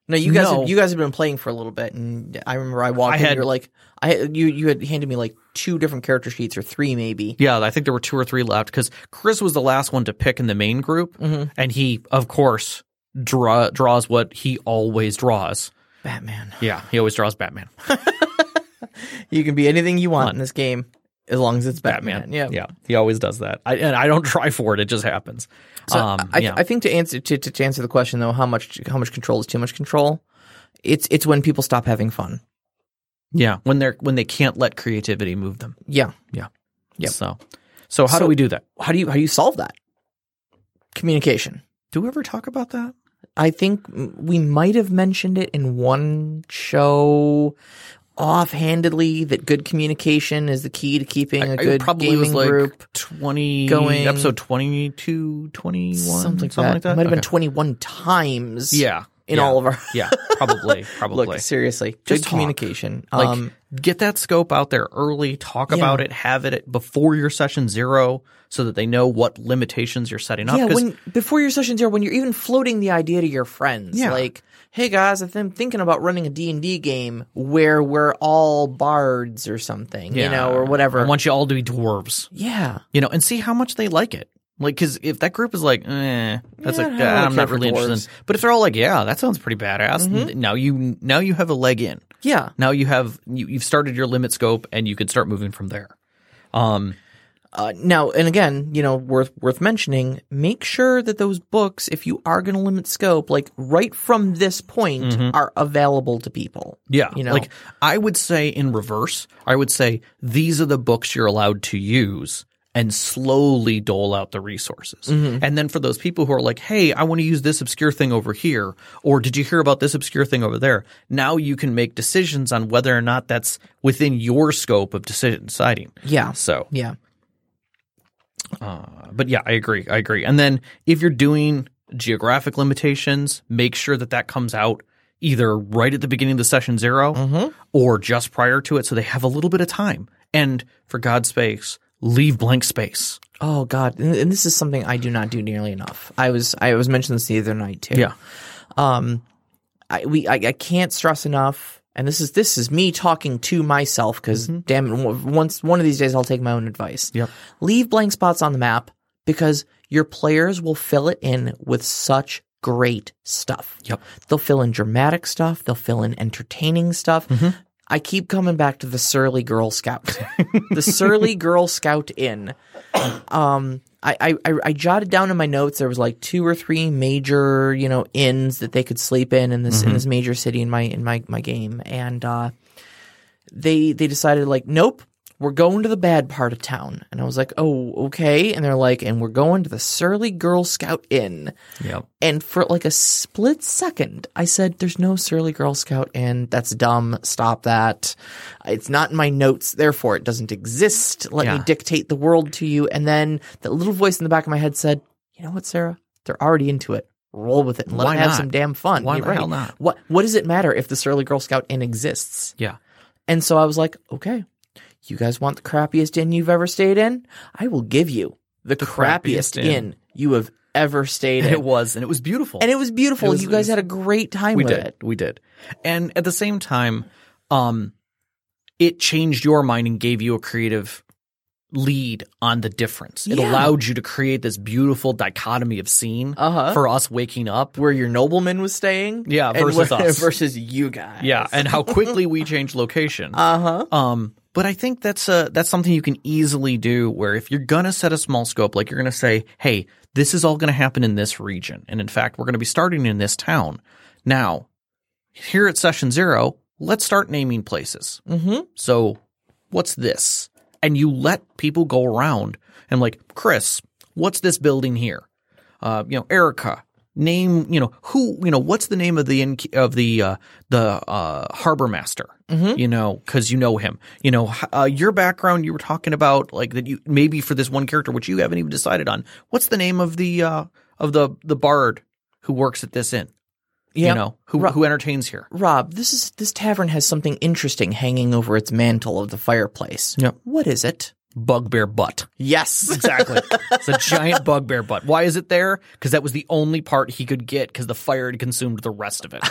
Speaker 1: No, you guys,
Speaker 2: No.
Speaker 1: Had, you guys have been playing for a little bit, and I remember I walked
Speaker 2: I
Speaker 1: in.
Speaker 2: had-
Speaker 1: you were like, I you you had handed me like two different character sheets or three maybe.
Speaker 2: Yeah, I think there were two or three left because Chris was the last one to pick in the main group,
Speaker 1: Mm-hmm.
Speaker 2: and he, of course, draw, draws what he always draws.
Speaker 1: Batman.
Speaker 2: Yeah, he always draws Batman.
Speaker 1: you can be anything you want in this game as long as it's Batman.
Speaker 2: Batman.
Speaker 1: Yeah.
Speaker 2: yeah. He always does that. I, and I don't (laughs) try for it. It just happens.
Speaker 1: So
Speaker 2: um,
Speaker 1: I,
Speaker 2: yeah.
Speaker 1: I think to answer to, to, to answer the question though, how much how much control is too much control? It's it's when people stop having fun.
Speaker 2: yeah. When they're when they can't let creativity move them.
Speaker 1: Yeah.
Speaker 2: Yeah.
Speaker 1: Yep.
Speaker 2: So so how do
Speaker 1: So-
Speaker 2: we do that?
Speaker 1: How do you how do you solve that? Communication.
Speaker 2: Do we ever talk about that?
Speaker 1: I think we might have mentioned it in one show offhandedly that good communication is the key to keeping a
Speaker 2: I-
Speaker 1: good
Speaker 2: it probably
Speaker 1: gaming
Speaker 2: was like
Speaker 1: group.
Speaker 2: 20
Speaker 1: going-
Speaker 2: episode 22 21
Speaker 1: Something like that.
Speaker 2: like that.
Speaker 1: It might have been
Speaker 2: Okay.
Speaker 1: 21 times
Speaker 2: Yeah.
Speaker 1: in
Speaker 2: yeah,
Speaker 1: all of our
Speaker 2: Yeah, probably,
Speaker 1: (laughs)
Speaker 2: probably.
Speaker 1: Look, seriously, just
Speaker 2: talk.
Speaker 1: communication.
Speaker 2: like
Speaker 1: um,
Speaker 2: get that scope out there early, talk about it, have it at- before your session 0 so that they know what limitations you're setting up
Speaker 1: yeah,
Speaker 2: 'cause
Speaker 1: when before your sessions are when you're even floating the idea to your friends,
Speaker 2: Yeah.
Speaker 1: like, hey guys, I am thinking about running a D and D game where we're all bards or something,
Speaker 2: yeah,
Speaker 1: you know, or whatever.
Speaker 2: I want you all to be dwarves.
Speaker 1: yeah,
Speaker 2: you know, and see how much they like it. Like, because if that group is like, eh, that's
Speaker 1: Yeah,
Speaker 2: like,
Speaker 1: I don't
Speaker 2: I'm not
Speaker 1: care for dwarves.
Speaker 2: really
Speaker 1: Mm-hmm.
Speaker 2: interested. in- But if they're all like, yeah, that sounds pretty badass. Now you now you have a leg in.
Speaker 1: yeah.
Speaker 2: Now you have you, you've started your limit scope, and you can start moving from there. Um,
Speaker 1: Uh, now and again, you know, worth worth mentioning. Make sure that those books, if you are going to limit scope, like right from this point, are available to people.
Speaker 2: Mm-hmm. yeah,
Speaker 1: you know,
Speaker 2: like I would say in reverse, I would say these are the books you're allowed to use. And slowly dole out the resources.
Speaker 1: Mm-hmm.
Speaker 2: And then for those people who are like, hey, I want to use this obscure thing over here, or did you hear about this obscure thing over there? Now you can make decisions on whether or not that's within your scope of decision deciding.
Speaker 1: yeah,
Speaker 2: So
Speaker 1: yeah,
Speaker 2: but yeah, I agree. I agree. And then if you're doing geographic limitations, make sure that that comes out either right at the beginning of the session 0 or just prior to it, so they have a little bit of time. And for God's sakes, leave blank space.
Speaker 1: Oh God, and, and this is something I do not do nearly enough. I was I was mentioning this the other night too.
Speaker 2: Yeah.
Speaker 1: Um, I we I, I can't stress enough, and this is this is me talking to myself because damn it, w- once one of these days I'll take my own advice.
Speaker 2: Mm-hmm. Yep.
Speaker 1: Leave blank spots on the map because your players will fill it in with such great stuff.
Speaker 2: Yep.
Speaker 1: They'll fill in dramatic stuff. They'll fill in entertaining stuff. I keep coming back to the surly Girl Scout, the surly Girl Scout Inn. Um, I, I- I I jotted down in my notes there was like two or three major you know inns that they could sleep in in this in this major city in my in my my game, and uh, they they decided like nope. We're going to the bad part of town. And I was like, oh, okay. And they're like, and we're going to the Surly Girl Scout Inn.
Speaker 2: Yep.
Speaker 1: And for like a split second, I said, There's no Surly Girl Scout and That's dumb. Stop that. It's not in my notes. Therefore, it doesn't exist. Let me
Speaker 2: Yeah.
Speaker 1: dictate the world to you. And then that little voice in the back of my head said, You know what, Sarah? They're already into it. Roll with it and let
Speaker 2: Why
Speaker 1: them have
Speaker 2: not?
Speaker 1: some damn fun.
Speaker 2: Why
Speaker 1: You're
Speaker 2: the
Speaker 1: right.
Speaker 2: hell not?
Speaker 1: What, what does it matter if the Surly Girl Scout Inn exists?
Speaker 2: Yeah.
Speaker 1: And so I was like, okay, you guys want the crappiest inn you've ever stayed in? I will give you the, crappiest,
Speaker 2: crappiest inn.
Speaker 1: inn. you have ever stayed
Speaker 2: (laughs) And
Speaker 1: in.
Speaker 2: it was, and it was beautiful.
Speaker 1: and it was beautiful.
Speaker 2: It was-
Speaker 1: you
Speaker 2: it
Speaker 1: guys
Speaker 2: was-
Speaker 1: had a great time
Speaker 2: we
Speaker 1: with
Speaker 2: did.
Speaker 1: it.
Speaker 2: We did. And at the same time, um, it changed your mind and gave you a creative lead on the difference. It
Speaker 1: Yeah.
Speaker 2: allowed you to create this beautiful dichotomy of scene
Speaker 1: Uh-huh.
Speaker 2: for us waking up.
Speaker 1: Where your nobleman was staying.
Speaker 2: Yeah,
Speaker 1: and
Speaker 2: versus
Speaker 1: where- (laughs)
Speaker 2: us.
Speaker 1: Versus you guys.
Speaker 2: Yeah, and
Speaker 1: (laughs)
Speaker 2: how quickly we changed location.
Speaker 1: Uh huh.
Speaker 2: Um, but I think that's a that's something you can easily do. Where if you're gonna set a small scope, like you're gonna say, "Hey, this is all gonna happen in this region," and in fact, we're gonna be starting in this town. Now, here at session zero, let's start naming places.
Speaker 1: Mm-hmm.
Speaker 2: So, what's this? And you let people go around and like, Chris, what's this building here? Uh, you know, Erica, name, you know, who, you know, what's the name of the inn, of the uh, the uh, harbor master? You know, because you know him. You know, h- uh, your background. You were talking about like that. You maybe for this one character, which you haven't even decided on. What's the name of the uh, of the the bard who works at this inn?
Speaker 1: Yeah.
Speaker 2: You know, who who entertains here?
Speaker 1: Rob, this is this tavern has something interesting hanging over its mantle of the fireplace.
Speaker 2: Yep.
Speaker 1: What is it?
Speaker 2: Bugbear butt.
Speaker 1: Yes.
Speaker 2: Exactly. it's a giant bugbear butt. Why is it there? Because that was the only part he could get because the fire had consumed the
Speaker 1: (laughs)
Speaker 2: rest of it.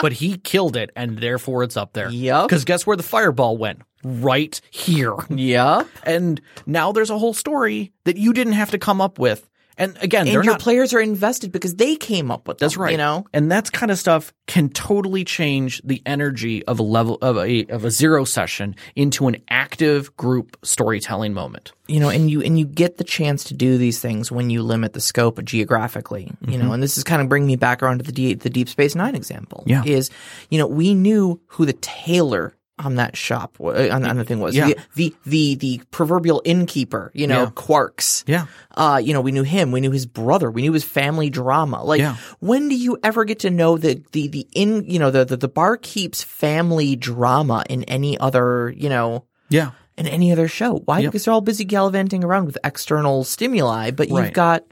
Speaker 2: but he killed it, and therefore it's up there.
Speaker 1: (laughs) Yup. (laughs)
Speaker 2: Because guess where the fireball went? Right here.
Speaker 1: yep.
Speaker 2: And now there's a whole story that you didn't have to come up with. And again,
Speaker 1: and
Speaker 2: they're
Speaker 1: your
Speaker 2: not
Speaker 1: players are invested because they came up with them.
Speaker 2: That's right.
Speaker 1: You know,
Speaker 2: and that's kind of stuff can totally change the energy of a level of a of a zero session into an active group storytelling moment.
Speaker 1: you know, and you and you get the chance to do these things when you limit the scope geographically. You
Speaker 2: Mm-hmm.
Speaker 1: know, and this is kind of bringing me back around to the D, the Deep Space Nine example.
Speaker 2: Yeah.
Speaker 1: is you know we knew who the tailor on that shop wa- uh, on, on the thing was
Speaker 2: Yeah.
Speaker 1: the, the the the proverbial innkeeper. You know,
Speaker 2: Yeah.
Speaker 1: Quarks.
Speaker 2: Yeah.
Speaker 1: Uh, you know, we knew him. We knew his brother. We knew his family drama. Like,
Speaker 2: Yeah.
Speaker 1: when do you ever get to know the the the in you know the the, the barkeep's family drama in any other you know
Speaker 2: Yeah.
Speaker 1: in any other show? Why?
Speaker 2: Yep.
Speaker 1: Because they're all busy gallivanting around with external stimuli. But
Speaker 2: Right.
Speaker 1: you've got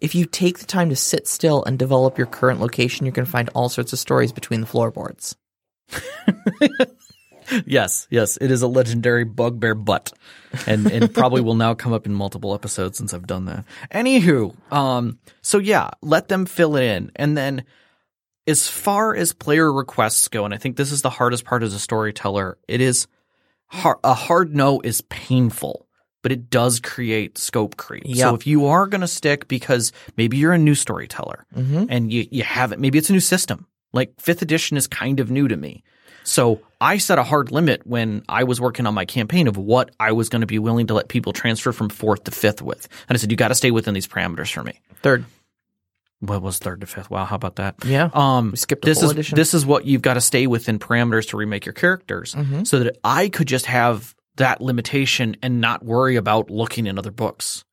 Speaker 1: if you take the time to sit still and develop your current location, you're going to find all sorts of stories between the floorboards.
Speaker 2: Yes. Yes. It is a legendary bugbear butt, and and probably will now come up in multiple episodes since I've done that. Anywho, um, so yeah, let them fill it in, and then as far as player requests go, and I think this is the hardest part as a storyteller, it is har- a hard no is painful, but it does create scope creep.
Speaker 1: Yeah.
Speaker 2: So if you are going to stick because maybe you're a new storyteller and you, you haven't, maybe it's a new system. Like fifth edition is kind of new to me. So I set a hard limit when I was working on my campaign of what I was going to be willing to let people transfer from fourth to fifth with. And I said, you got to stay within these parameters for me.
Speaker 1: Third,
Speaker 2: What was third to fifth? Wow, how about that?
Speaker 1: yeah,
Speaker 2: Um,
Speaker 1: We skipped a
Speaker 2: this
Speaker 1: whole
Speaker 2: is
Speaker 1: edition.
Speaker 2: this is what you've got to stay within parameters to remake your characters,
Speaker 1: Mm-hmm.
Speaker 2: so that I could just have that limitation and not worry about looking in other books.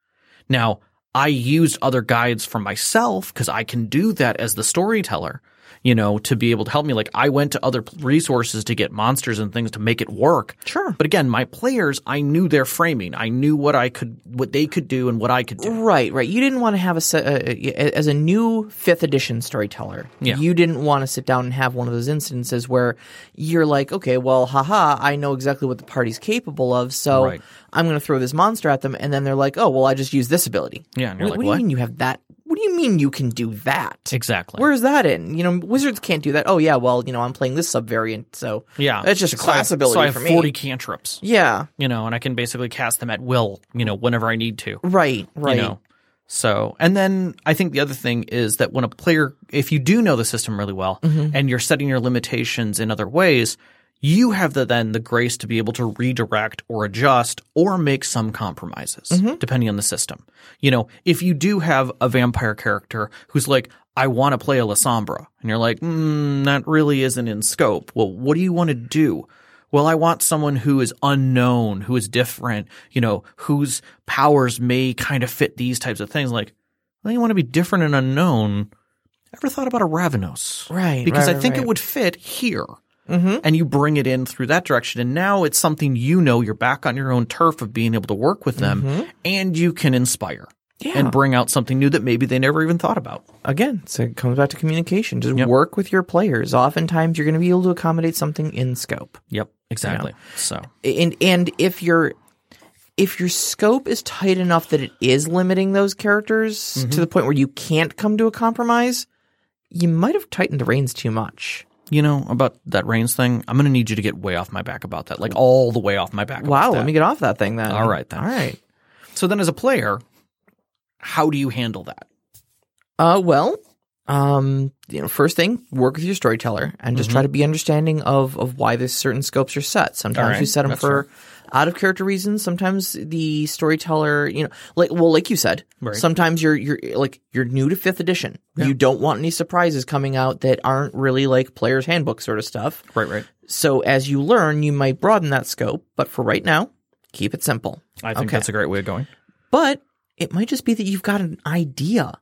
Speaker 2: Now, I used other guides for myself because I can do that as the storyteller, you know, to be able to help me. Like I went to other p- resources to get monsters and things to make it work.
Speaker 1: Sure.
Speaker 2: but again, my players, I knew their framing, I knew what I could, what they could do, and what I could do.
Speaker 1: Right, right. You didn't want to have a se- uh, uh, as a new fifth edition storyteller.
Speaker 2: Yeah.
Speaker 1: You didn't want to sit down and have one of those instances where you're like, okay, well, haha, I know exactly what the party's capable of, so
Speaker 2: Right.
Speaker 1: I'm going to throw this monster at them, and then they're like, oh, well, I just use this ability.
Speaker 2: Yeah, and you're
Speaker 1: what, what
Speaker 2: like, what?
Speaker 1: do you mean you have that? What do you mean you can do that?
Speaker 2: Exactly.
Speaker 1: Where's that in? You know, wizards can't do that. Oh yeah, well, you know, I'm playing this subvariant, so
Speaker 2: yeah,
Speaker 1: that's just a
Speaker 2: So I-
Speaker 1: class ability
Speaker 2: So I have
Speaker 1: for me.
Speaker 2: forty cantrips.
Speaker 1: Yeah,
Speaker 2: you know, and I can basically cast them at will, you know, whenever I need to,
Speaker 1: right, right.
Speaker 2: you know. So, and then I think the other thing is that when a player, if you do know the system really well and you're setting your limitations in other ways, you have the, then the grace to be able to redirect or adjust or make some compromises depending on the system. You know, if you do have a vampire character who's like, I want to play a Lasombra, and you're like, mm, that really isn't in scope. Well, what do you want to do? Well, I want someone who is unknown, who is different, you know, whose powers may kind of fit these types of things. Like, well, you want to be different and unknown. Ever thought about a Ravenous?
Speaker 1: Right,
Speaker 2: Because
Speaker 1: right,
Speaker 2: I
Speaker 1: right,
Speaker 2: think it
Speaker 1: right.
Speaker 2: would fit here. Mm-hmm. And you bring it in through that direction. And now it's something you know you're back on your own turf of being able to work with them and you can inspire and bring out something new that maybe they never even thought about.
Speaker 1: again, so it comes back to communication. Just work with your players. Oftentimes, you're going to be able to accommodate something in scope,
Speaker 2: Yep. Exactly. So,
Speaker 1: and and if your if your scope is tight enough that it is limiting those characters
Speaker 2: Mm-hmm.
Speaker 1: to the point where you can't come to a compromise, you might have tightened the reins too much.
Speaker 2: you know, about that Reigns thing, I'm going to need you to get way off my back about that. Like, all the way off my back. about
Speaker 1: Wow,
Speaker 2: that.
Speaker 1: let me get off that thing then.
Speaker 2: All right, then.
Speaker 1: all right.
Speaker 2: So then, as a player, how do you handle that?
Speaker 1: Uh, well, um, you know, first thing, work with your storyteller and just
Speaker 2: Mm-hmm.
Speaker 1: try to be understanding of of why this certain scopes are set. Sometimes
Speaker 2: Alright,
Speaker 1: you set them
Speaker 2: that's
Speaker 1: for out of character reasons. Sometimes the storyteller, you know, like well, like you said,
Speaker 2: Right.
Speaker 1: sometimes you're you're like you're new to fifth edition. You don't want any surprises coming out that aren't really like player's handbook sort of stuff.
Speaker 2: Right, right.
Speaker 1: So as you learn, you might broaden that scope, but for right now, keep it simple.
Speaker 2: I think
Speaker 1: Okay.
Speaker 2: that's a great way of going.
Speaker 1: but it might just be that you've got an idea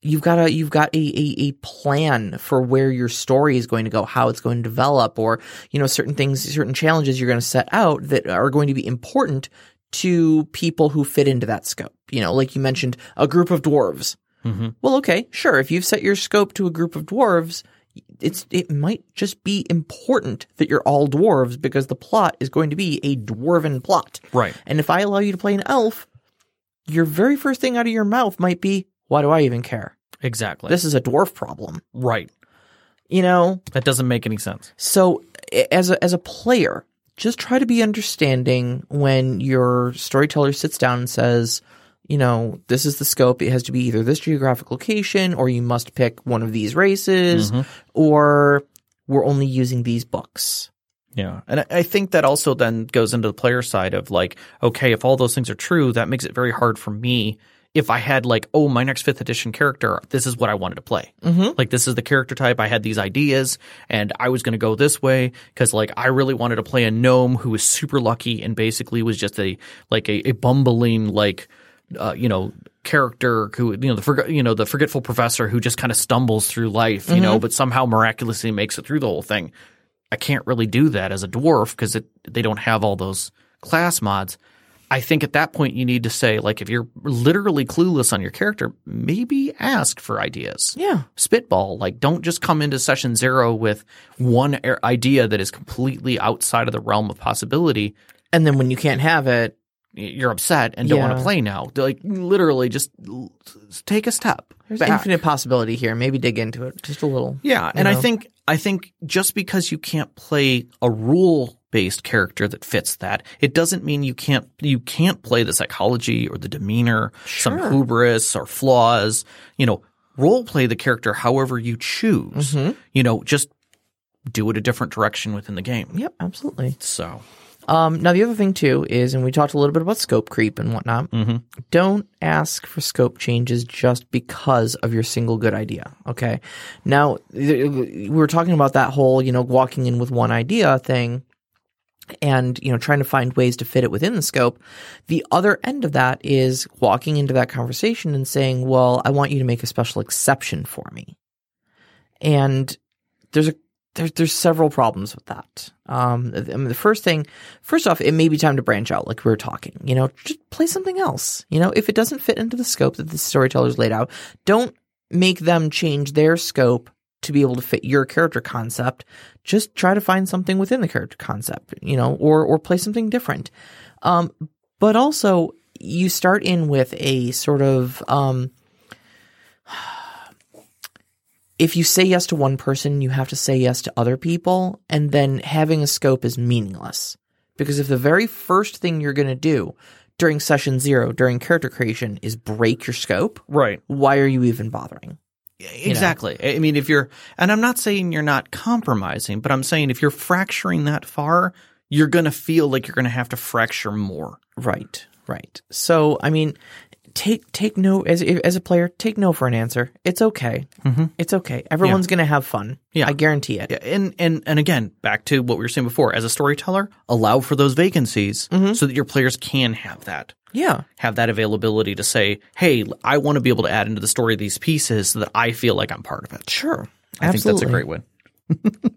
Speaker 1: you've got a you've got a, a, a plan for where your story is going to go how it's going to develop or you know certain things certain challenges you're going to set out that are going to be important to people who fit into that scope you know like you mentioned a group of dwarves
Speaker 2: Mhm.
Speaker 1: well okay sure if you've set your scope to a group of dwarves it's it might just be important that you're all dwarves because the plot is going to be a dwarven plot
Speaker 2: Right.
Speaker 1: and if I allow you to play an elf, your very first thing out of your mouth might be, why do I even care?
Speaker 2: Exactly.
Speaker 1: This is a dwarf problem.
Speaker 2: right.
Speaker 1: You know?
Speaker 2: That doesn't make any sense.
Speaker 1: So a- as a as a player, just try to be understanding when your storyteller sits down and says, you know, this is the scope. It has to be either this geographic location or you must pick one of these races or we're only using these books.
Speaker 2: Yeah. And I- I think that also then goes into the player side of like, okay, if all those things are true, that makes it very hard for me. If I had like, oh, my next fifth edition character, this is what I wanted to play. Mm-hmm. Like, this is the character type. I had these ideas and I was going to go this way because like I really wanted to play a gnome who was super lucky and basically was just a like a, a bumbling like uh, you know character who you know the forg- you know the forgetful professor who just kind of stumbles through life you know but somehow miraculously makes it through the whole thing I can't really do that as a dwarf because they don't have all those class mods. I think at that point you need to say like if you're literally clueless on your character, maybe ask for ideas.
Speaker 1: Yeah.
Speaker 2: Spitball, like don't just come into session 0 with one er- idea that is completely outside of the realm of possibility.
Speaker 1: And then when you can't have it,
Speaker 2: Y- You're upset and don't want to
Speaker 1: Yeah.
Speaker 2: play now. Like literally just l- s- take a step.
Speaker 1: there's
Speaker 2: back.
Speaker 1: infinite possibility here. Maybe dig into it just a little.
Speaker 2: Yeah, and I
Speaker 1: know?
Speaker 2: think I think just because you can't play a rule based character that fits that, it doesn't mean you can't you can't play the psychology or the demeanor, some hubris or flaws. You know, role play the character however you choose.
Speaker 1: Mm-hmm.
Speaker 2: You know, just do it a different direction within the game.
Speaker 1: Yep, absolutely.
Speaker 2: So
Speaker 1: Um, now the other thing too is, and we talked a little bit about scope creep and whatnot. Don't ask for scope changes just because of your single good idea. Okay. Now th- we were talking about that whole, you know, walking in with one idea thing, and you know, trying to find ways to fit it within the scope. The other end of that is walking into that conversation and saying, "Well, I want you to make a special exception for me," and there's a there's there's several problems with that. Um, I mean, the first thing, first off, it may be time to branch out, like we were talking. You know, just play something else. You know, if it doesn't fit into the scope that the storyteller's laid out, don't make them change their scope to be able to fit your character concept. Just try to find something within the character concept. You know, or or play something different. Um, but also, you start in with a sort of um, if you say yes to one person, you have to say yes to other people, and then having a scope is meaningless. Because if the very first thing you're going to do during session zero, during character creation, is break your scope,
Speaker 2: right.
Speaker 1: why are you even bothering?
Speaker 2: Exactly. I- I mean, if you're, and I'm not saying you're not compromising, but I'm saying if you're fracturing that far, you're going to feel like you're going to have to fracture more.
Speaker 1: Right, right. So, I mean, take take no as as a player, take no for an answer. It's okay. It's okay. Everyone's going to have fun.
Speaker 2: Mm-hmm. Yeah.
Speaker 1: I guarantee it.
Speaker 2: Yeah, and and and again, back to what we were saying before. As a storyteller, allow for those vacancies so that your players can have that
Speaker 1: yeah.
Speaker 2: have that availability to say, "Hey, I want to be able to add into the story these pieces so that I feel like I'm part of it."
Speaker 1: Sure.
Speaker 2: I think that's a
Speaker 1: Absolutely.
Speaker 2: great win. (laughs)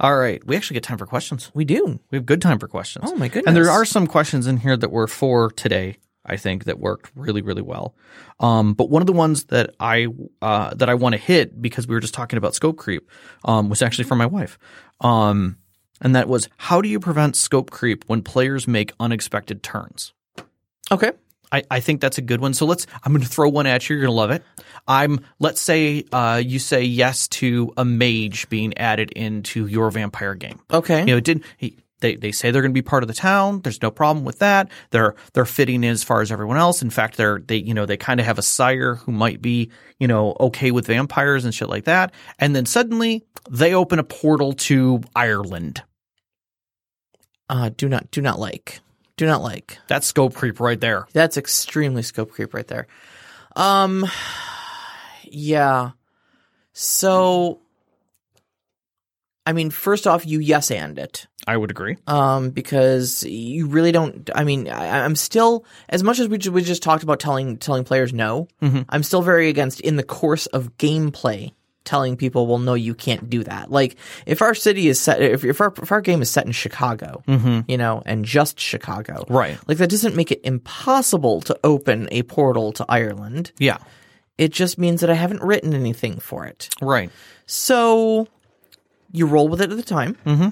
Speaker 2: All right, we actually get time for questions.
Speaker 1: We do.
Speaker 2: We have good time for questions.
Speaker 1: Oh, my
Speaker 2: And
Speaker 1: goodness.
Speaker 2: there are some questions in here that were for today. I think that worked really, really well. Um, but one of the ones that I uh, that I want to hit because we were just talking about scope creep um, was actually from my wife, um, and that was how do you prevent scope creep when players make unexpected turns?
Speaker 1: Okay.
Speaker 2: I, I think that's a good one. So let's. I'm going to throw one at you. You're going to love it. I'm. Let's say uh, you say yes to a mage being added into your vampire game.
Speaker 1: Okay.
Speaker 2: You know, it didn't. He, they, they say they're going to be part of the town. There's no problem with that. They're they're fitting in as far as everyone else. In fact, they're they you know they kind of have a sire who might be you know okay with vampires and shit like that. And then suddenly they open a portal to Ireland.
Speaker 1: Uh, do not do not like. Do not like.
Speaker 2: That's scope creep right there.
Speaker 1: That's extremely scope creep right there. Um yeah. So I mean, first off, you yes and it.
Speaker 2: I would agree.
Speaker 1: Um, because you really don't I mean, I, I'm still as much as we, ju- we just talked about telling telling players no, I'm still very against in the course of gameplay telling people, well, no, you can't do that. Like if our city is set if, if our if our game is set in Chicago, you know, and just Chicago.
Speaker 2: Right.
Speaker 1: Like that doesn't make it impossible to open a portal to Ireland.
Speaker 2: Yeah.
Speaker 1: It just means that I haven't written anything for it.
Speaker 2: Right.
Speaker 1: So you roll with it at the time. Mm-hmm.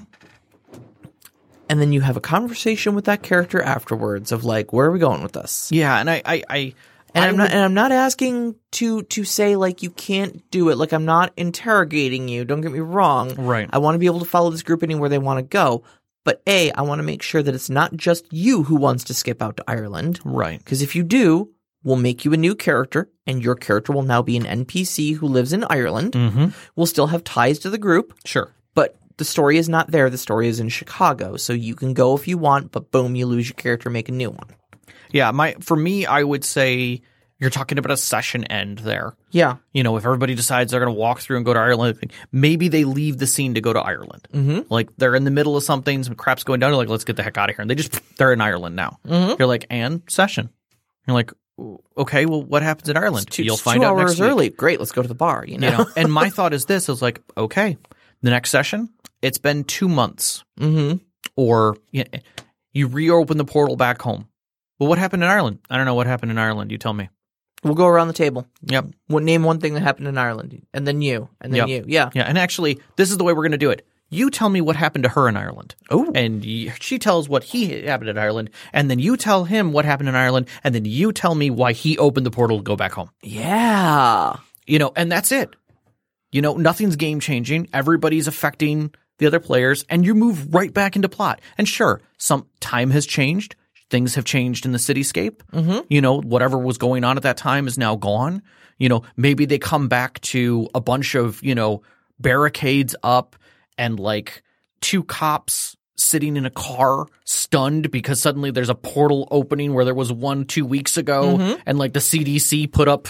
Speaker 1: And then you have a conversation with that character afterwards of like, where are we going with this?
Speaker 2: Yeah. And I I, I
Speaker 1: And I'm
Speaker 2: I
Speaker 1: not and I'm not asking to to say like you can't do it. Like I'm not interrogating you. Don't get me wrong.
Speaker 2: Right.
Speaker 1: I want to be able to follow this group anywhere they want to go. But A, I want to make sure that it's not just you who wants to skip out to Ireland.
Speaker 2: Right.
Speaker 1: Because if you do, We'll make you a new character, and your character will now be an NPC who lives in Ireland.
Speaker 2: Mm-hmm.
Speaker 1: We'll still have ties to the group,
Speaker 2: Sure.
Speaker 1: but the story is not there. The story is in Chicago, so you can go if you want, but boom, you lose your character, make a new one.
Speaker 2: Yeah, my for me, I would say you're talking about a session end there.
Speaker 1: Yeah,
Speaker 2: You know, if everybody decides they're going to walk through and go to Ireland, maybe they leave the scene to go to Ireland. Mm-hmm. Like they're in the middle of something, some crap's going down. They're like, let's get the heck out of here, and they just (laughs) they're in Ireland now.
Speaker 1: Mm-hmm.
Speaker 2: You're like, and session. You're like, okay, well, what happens in Ireland?
Speaker 1: two,
Speaker 2: You'll
Speaker 1: it's
Speaker 2: find
Speaker 1: two
Speaker 2: out
Speaker 1: hours
Speaker 2: next week.
Speaker 1: early. Great, let's go to the bar. You know,
Speaker 2: you know and my thought is this is like okay the next session it's been two months
Speaker 1: (laughs) Mhm.
Speaker 2: or you, know, you reopen the portal back home well what happened in ireland i don't know what happened in ireland you tell me
Speaker 1: we'll go around the table.
Speaker 2: yep
Speaker 1: Well, name one thing that happened in Ireland, and then you, and then
Speaker 2: Yep.
Speaker 1: you. Yeah,
Speaker 2: yeah and actually this is the way we're going to do it you tell me what happened to her in Ireland.
Speaker 1: Oh.
Speaker 2: and y she tells what he happened in Ireland, and then you tell him what happened in Ireland, and then you tell me why he opened the portal to go back home.
Speaker 1: yeah.
Speaker 2: you know, and that's it. You know, nothing's game changing. Everybody's affecting the other players, and you move right back into plot. And sure, some time has changed. Things have changed in the cityscape. Mm-hmm. You know, whatever was going on at that time is now gone. You know, maybe they come back to a bunch of, you know, barricades up and like two cops sitting in a car stunned because suddenly there's a portal opening where there was one two weeks ago and like the CDC put up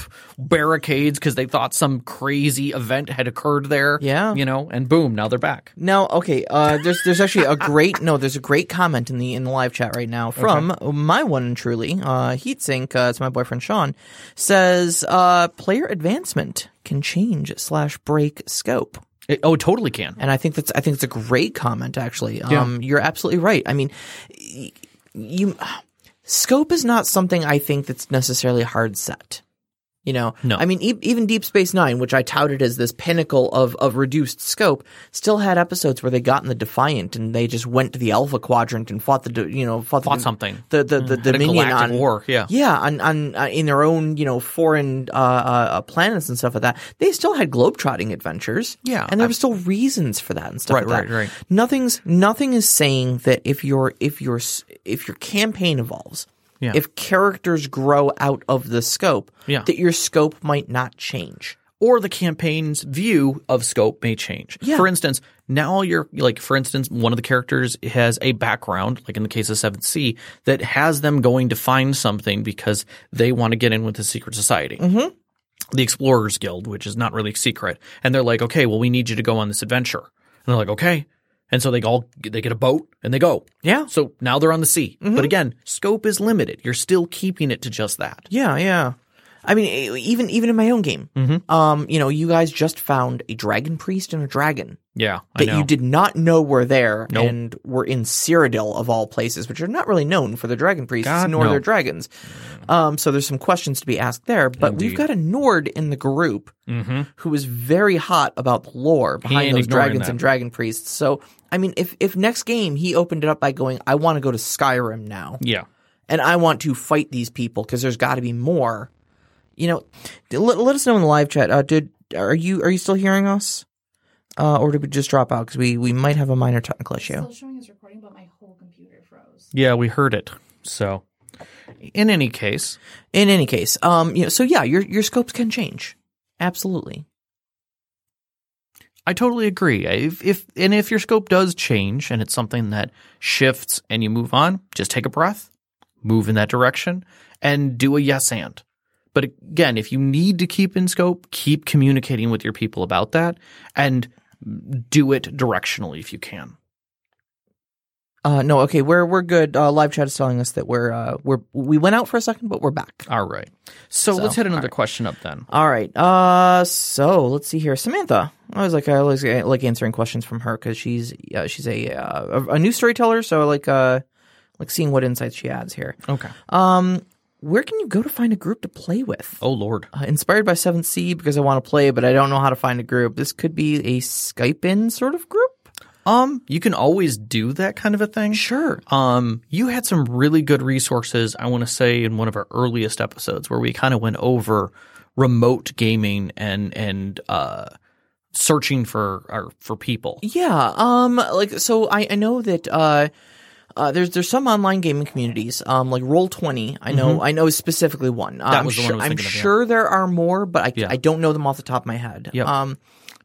Speaker 2: barricades because they thought some crazy event had occurred there.
Speaker 1: Yeah.
Speaker 2: You know, and boom, now they're back.
Speaker 1: No, okay. Uh, there's there's actually a great no. There's a great comment in the in the live chat right now from my one and truly uh, heatsink. Uh, it's my boyfriend Sean says uh, player advancement can change slash break scope,
Speaker 2: It- oh, totally can.
Speaker 1: and I think that's I think it's a great comment actually. Um, You're absolutely right. I mean, y- you scope is not something I think that's necessarily hard set. You know,
Speaker 2: No.
Speaker 1: I mean, e- even Deep Space Nine, which I touted as this pinnacle of of reduced scope, still had episodes where they got in the Defiant and they just went to the Alpha Quadrant and fought the de- you know fought,
Speaker 2: Fought
Speaker 1: the,
Speaker 2: something. Mm.
Speaker 1: the the, the
Speaker 2: Had a
Speaker 1: Dominion
Speaker 2: galactic
Speaker 1: on
Speaker 2: war. Yeah.
Speaker 1: yeah on on uh, in their own you know foreign uh, uh, planets and stuff like that. They still had globetrotting adventures.
Speaker 2: Yeah.
Speaker 1: and there were still reasons for that and stuff.
Speaker 2: Right,
Speaker 1: like that.
Speaker 2: right, right.
Speaker 1: Nothing's nothing is saying that if your if your s- if your campaign evolves.
Speaker 2: Yeah.
Speaker 1: If characters grow out of the scope,
Speaker 2: Yeah.
Speaker 1: that your scope might not change.
Speaker 2: or the campaign's view of scope may change.
Speaker 1: Yeah.
Speaker 2: For instance, now all your like for instance, one of the characters has a background, like in the case of 7C, that has them going to find something because they want to get in with the secret society. Mm-hmm. The Explorers Guild, which is not really secret. And they're like, okay, well, we need you to go on this adventure. And they're like, okay. And so they all they get a boat and they go.
Speaker 1: Yeah.
Speaker 2: So now they're on the sea. But again, scope is limited. You're still keeping it to just that.
Speaker 1: Yeah, yeah. I mean, e- even even in my own game,
Speaker 2: Mm-hmm.
Speaker 1: um, you know, you guys just found a dragon priest and a dragon
Speaker 2: Yeah. I
Speaker 1: that
Speaker 2: know.
Speaker 1: you did not know were there
Speaker 2: Nope.
Speaker 1: and were in Cyrodiil of all places, which are not really known for their dragon priests
Speaker 2: God,
Speaker 1: nor
Speaker 2: no.
Speaker 1: their dragons. Um, so there's some questions to be asked there. But we've got a Nord in the group
Speaker 2: Mm-hmm.
Speaker 1: who is very hot about the lore behind
Speaker 2: Hmm. ain't
Speaker 1: those
Speaker 2: ignoring
Speaker 1: dragons
Speaker 2: that.
Speaker 1: and dragon priests. So I mean, if if next game he opened it up by going, I want to go to Skyrim now
Speaker 2: Yeah.
Speaker 1: and I want to fight these people because there's got to be more. You know, d- let, let us know in the live chat. Uh, did are you are you still hearing us, uh, or did we just drop out because we we might have a minor technical issue?
Speaker 3: Still showing as recording, but my whole computer froze.
Speaker 2: Yeah, we heard it. So, in any case,
Speaker 1: In any case, um, you know, so yeah, your your scopes can change, absolutely.
Speaker 2: I totally agree. I- If, if and if your scope does change and it's something that shifts and you move on, just take a breath, move in that direction, and do a yes and. But again, if you need to keep in scope, keep communicating with your people about that and do it directionally if you can.
Speaker 1: Uh, no, okay, we're we're good. Uh, live chat is telling us that we're uh, we're we went out for a second, but we're back.
Speaker 2: All right. So,
Speaker 1: So,
Speaker 2: let's hit another
Speaker 1: all right.
Speaker 2: question up then.
Speaker 1: All right. Uh, so let's see here, Samantha. I was like, I always uh, like answering questions from her because she's uh, she's a, uh, a a new storyteller. So I like uh like seeing what insights she adds here.
Speaker 2: Okay.
Speaker 1: Um, where can you go to find a group to play with?
Speaker 2: Oh Lord.
Speaker 1: Uh, inspired by Seventh Sea because I want to play, but I don't know how to find a group. This could be a Skype in sort of group.
Speaker 2: Um, you can always do that kind of a thing.
Speaker 1: Sure.
Speaker 2: Um, you had some really good resources, I want to say, in one of our earliest episodes where we kind of went over remote gaming and and uh, searching for or for people.
Speaker 1: Yeah. Um. Like so, I I know that uh, uh, there's there's some online gaming communities, um, like Roll Twenty. I know I know specifically one. I'm
Speaker 2: Mm-hmm. was the one I was
Speaker 1: I'm
Speaker 2: thinking of, yeah.
Speaker 1: sure there are more, but I,
Speaker 2: Yeah.
Speaker 1: I don't know them off the top of my head.
Speaker 2: Yep.
Speaker 1: Um,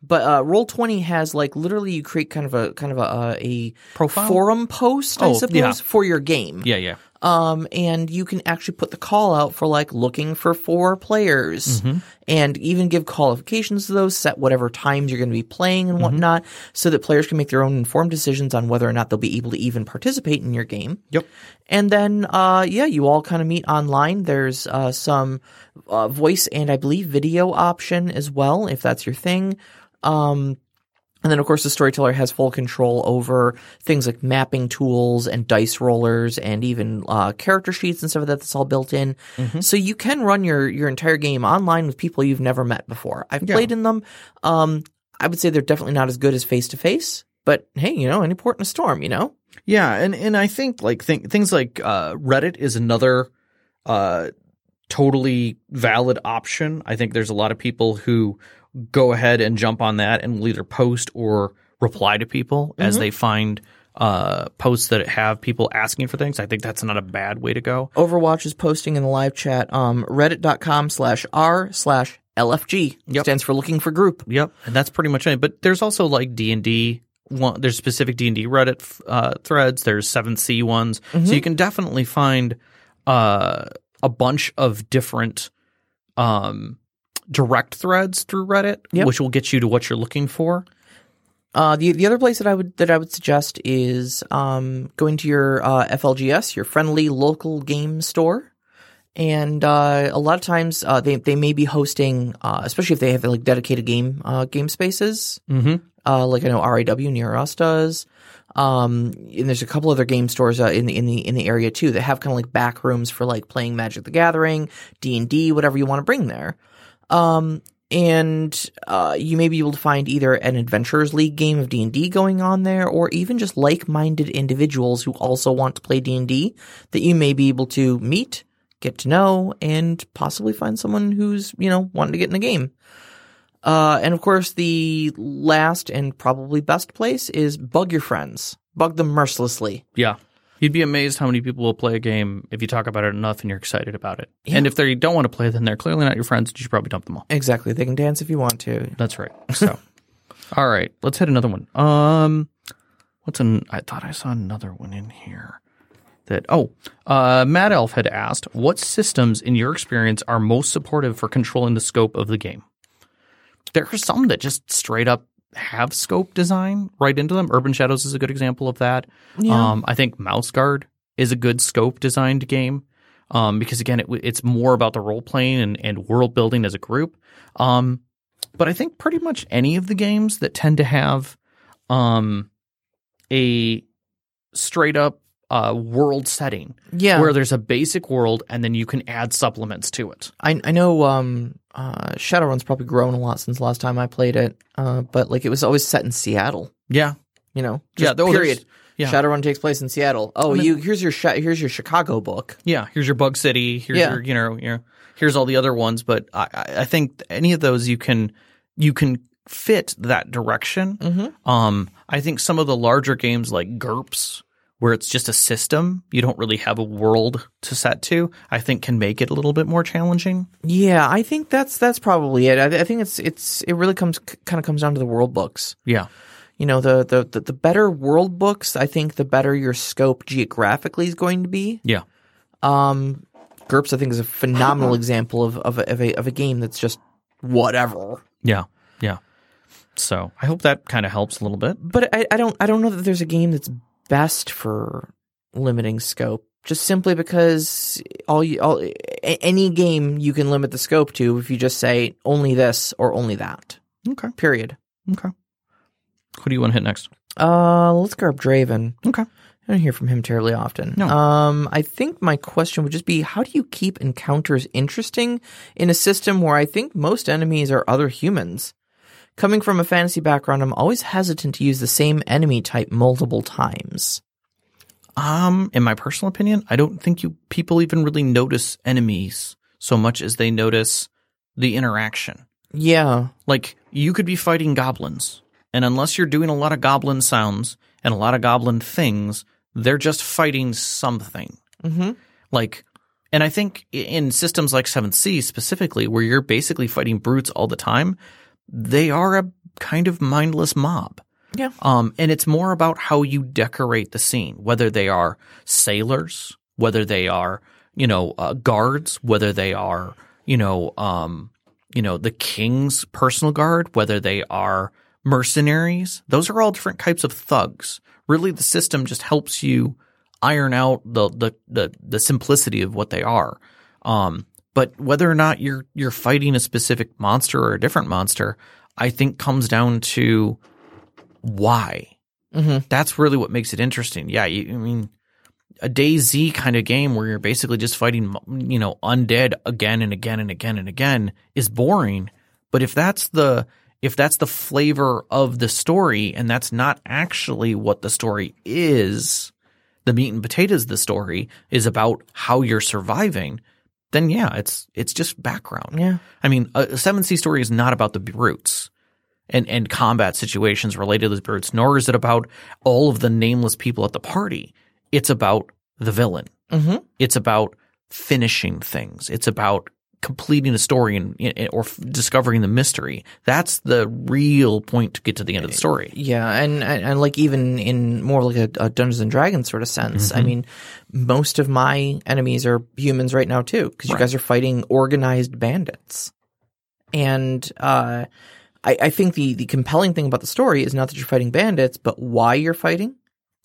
Speaker 1: but uh, Roll Twenty has like literally you create kind of a kind of a uh, a
Speaker 2: Profile?
Speaker 1: forum post, I
Speaker 2: Oh,
Speaker 1: suppose,
Speaker 2: yeah.
Speaker 1: for your game.
Speaker 2: Yeah, yeah.
Speaker 1: Um, and you can actually put the call out for like looking for four players and even give qualifications to those, set whatever times you're going to be playing and whatnot, so that players can make their own informed decisions on whether or not they'll be able to even participate in your game.
Speaker 2: Yep.
Speaker 1: And then, uh, yeah, you all kind of meet online. There's uh, some uh, voice and I believe video option as well, if that's your thing. Um, and then, of course, the storyteller has full control over things like mapping tools and dice rollers and even uh, character sheets and stuff like that. That's all built in. So you can run your, your entire game online with people you've never met before. I've played in them. Um, I would say they're definitely not as good as face to face, but hey, you know, any port in a storm, you know?
Speaker 2: Yeah, and and I think like th- things like uh, Reddit is another uh, totally valid option. I think there's a lot of people who go ahead and jump on that and will either post or reply to people as they find uh, posts that have people asking for things. I think that's not a bad way to go.
Speaker 1: Overwatch is posting in the live chat um, reddit.com slash r slash LFG.
Speaker 2: Yep.
Speaker 1: Stands for looking for group.
Speaker 2: Yep, and that's pretty much it. But there's also like D and D. There's specific D and D Reddit f- uh, threads. There's Seven C ones, so you can definitely find uh, a bunch of different um, direct threads through Reddit,
Speaker 1: Yep.
Speaker 2: which will get you to what you're looking for.
Speaker 1: Uh, the the other place that I would that I would suggest is um, going to your uh, FLGS, your friendly local game store, and uh, a lot of times uh, they they may be hosting, uh, especially if they have like dedicated game uh, game spaces.
Speaker 2: Mm-hmm.
Speaker 1: Uh, like I know RAW near us does. Um, and there's a couple other game stores uh, in the in the in the area too that have kind of like back rooms for like playing Magic the Gathering, D and D, whatever you want to bring there. Um, and uh, you may be able to find either an Adventurers League game of D and D going on there, or even just like-minded individuals who also want to play D and D that you may be able to meet, get to know, and possibly find someone who's you know wanting to get in the game. Uh, and of course, the last and probably best place is bug your friends, bug them mercilessly.
Speaker 2: Yeah, you'd be amazed how many people will play a game if you talk about it enough and you're excited about it. And if they don't want to play, then they're clearly not your friends. and You should probably dump them all.
Speaker 1: Exactly, they can dance if you want to.
Speaker 2: That's right. So, (laughs) all right, let's hit another one. Um, what's an? I thought I saw another one in here. That oh, uh, Mad Elf had asked, what systems in your experience are most supportive for controlling the scope of the game? There are some that just straight up have scope design right into them. Urban Shadows is a good example of that. Um, I think Mouse Guard is a good scope designed game um, because again, it, w- it's more about the role playing and, and world building as a group. Um, but I think pretty much any of the games that tend to have um, a straight up uh, world setting
Speaker 1: Yeah,
Speaker 2: where there's a basic world and then you can add supplements to it.
Speaker 1: I I know um, uh, Shadowrun's probably grown a lot since the last time I played it, uh, but like it was always set in Seattle.
Speaker 2: Yeah.
Speaker 1: You know,
Speaker 2: Yeah,
Speaker 1: Just
Speaker 2: though there's-
Speaker 1: period.
Speaker 2: yeah.
Speaker 1: Shadowrun takes place in Seattle. Oh, you here's your Sha- here's your Chicago book.
Speaker 2: Yeah. Here's your Bug City. Here's
Speaker 1: Yeah.
Speaker 2: your, you know, you know, here's all the other ones. But I, I I think any of those you can, you can fit that direction. Um, I think some of the larger games like GURPS, where it's just a system, you don't really have a world to set to, I think can make it a little bit more challenging.
Speaker 1: Yeah, I think that's that's probably it. I, I think it's it's it really comes kind of comes down to the world books.
Speaker 2: Yeah.
Speaker 1: you know the, the the the better world books i think the better your scope geographically is going to be
Speaker 2: Yeah.
Speaker 1: um gerps i think is a phenomenal example of of a, of a of a game that's just whatever
Speaker 2: Yeah. Yeah. So I hope that kind of helps a little bit.
Speaker 1: but i i don't i don't know that there's a game that's best for limiting scope just simply because all you all a- any game you can limit the scope to if you just say only this or only that
Speaker 2: Okay.
Speaker 1: period
Speaker 2: Okay. Who do you want to hit next?
Speaker 1: uh let's grab draven
Speaker 2: Okay.
Speaker 1: I don't hear from him terribly often.
Speaker 2: No.
Speaker 1: Um, I think my question would just be how do you keep encounters interesting in a system where I think most enemies are other humans? Coming from a fantasy background, I'm always hesitant to use the same enemy type multiple times.
Speaker 2: Um, in my personal opinion, I don't think you people even really notice enemies so much as they notice the interaction.
Speaker 1: Yeah.
Speaker 2: Like you could be fighting goblins, and unless you're doing a lot of goblin sounds and a lot of goblin things, They're just fighting something.
Speaker 1: Mm-hmm.
Speaker 2: Like, and I think i- in systems like 7C specifically, where you're basically fighting brutes all the time, they are a kind of mindless mob.
Speaker 1: Yeah.
Speaker 2: Um, and it's more about how you decorate the scene, whether they are sailors, whether they are, you know, uh, guards, whether they are, you know, um, you know, the king's personal guard, whether they are mercenaries. Those are all different types of thugs. Really, the system just helps you iron out the the the, the simplicity of what they are. Um, but whether or not you're you're fighting a specific monster or a different monster, I think comes down to why.
Speaker 1: Mhm.
Speaker 2: That's really what makes it interesting. Yeah, you, I mean, a DayZ kind of game where you're basically just fighting, you know, undead again and again and again and again is boring. But if that's the if that's the flavor of the story and that's not actually what the story is, the meat and potatoes of the story is about how you're surviving, then yeah, it's it's just background.
Speaker 1: Yeah.
Speaker 2: I mean, a seven C story is not about the brutes and and combat situations related to the brutes, nor is it about all of the nameless people at the party. It's about the villain.
Speaker 1: Mm-hmm.
Speaker 2: It's about finishing things. It's about completing a story and, and- or f- discovering the mystery. That's the real point to get to the end of the story.
Speaker 1: Yeah, and, and and like even in more like a, a Dungeons and Dragons sort of sense, I mean, most of my enemies are humans right now too, because you guys are fighting organized bandits, and uh, I, I think the the compelling thing about the story is not that you're fighting bandits, but why you're fighting,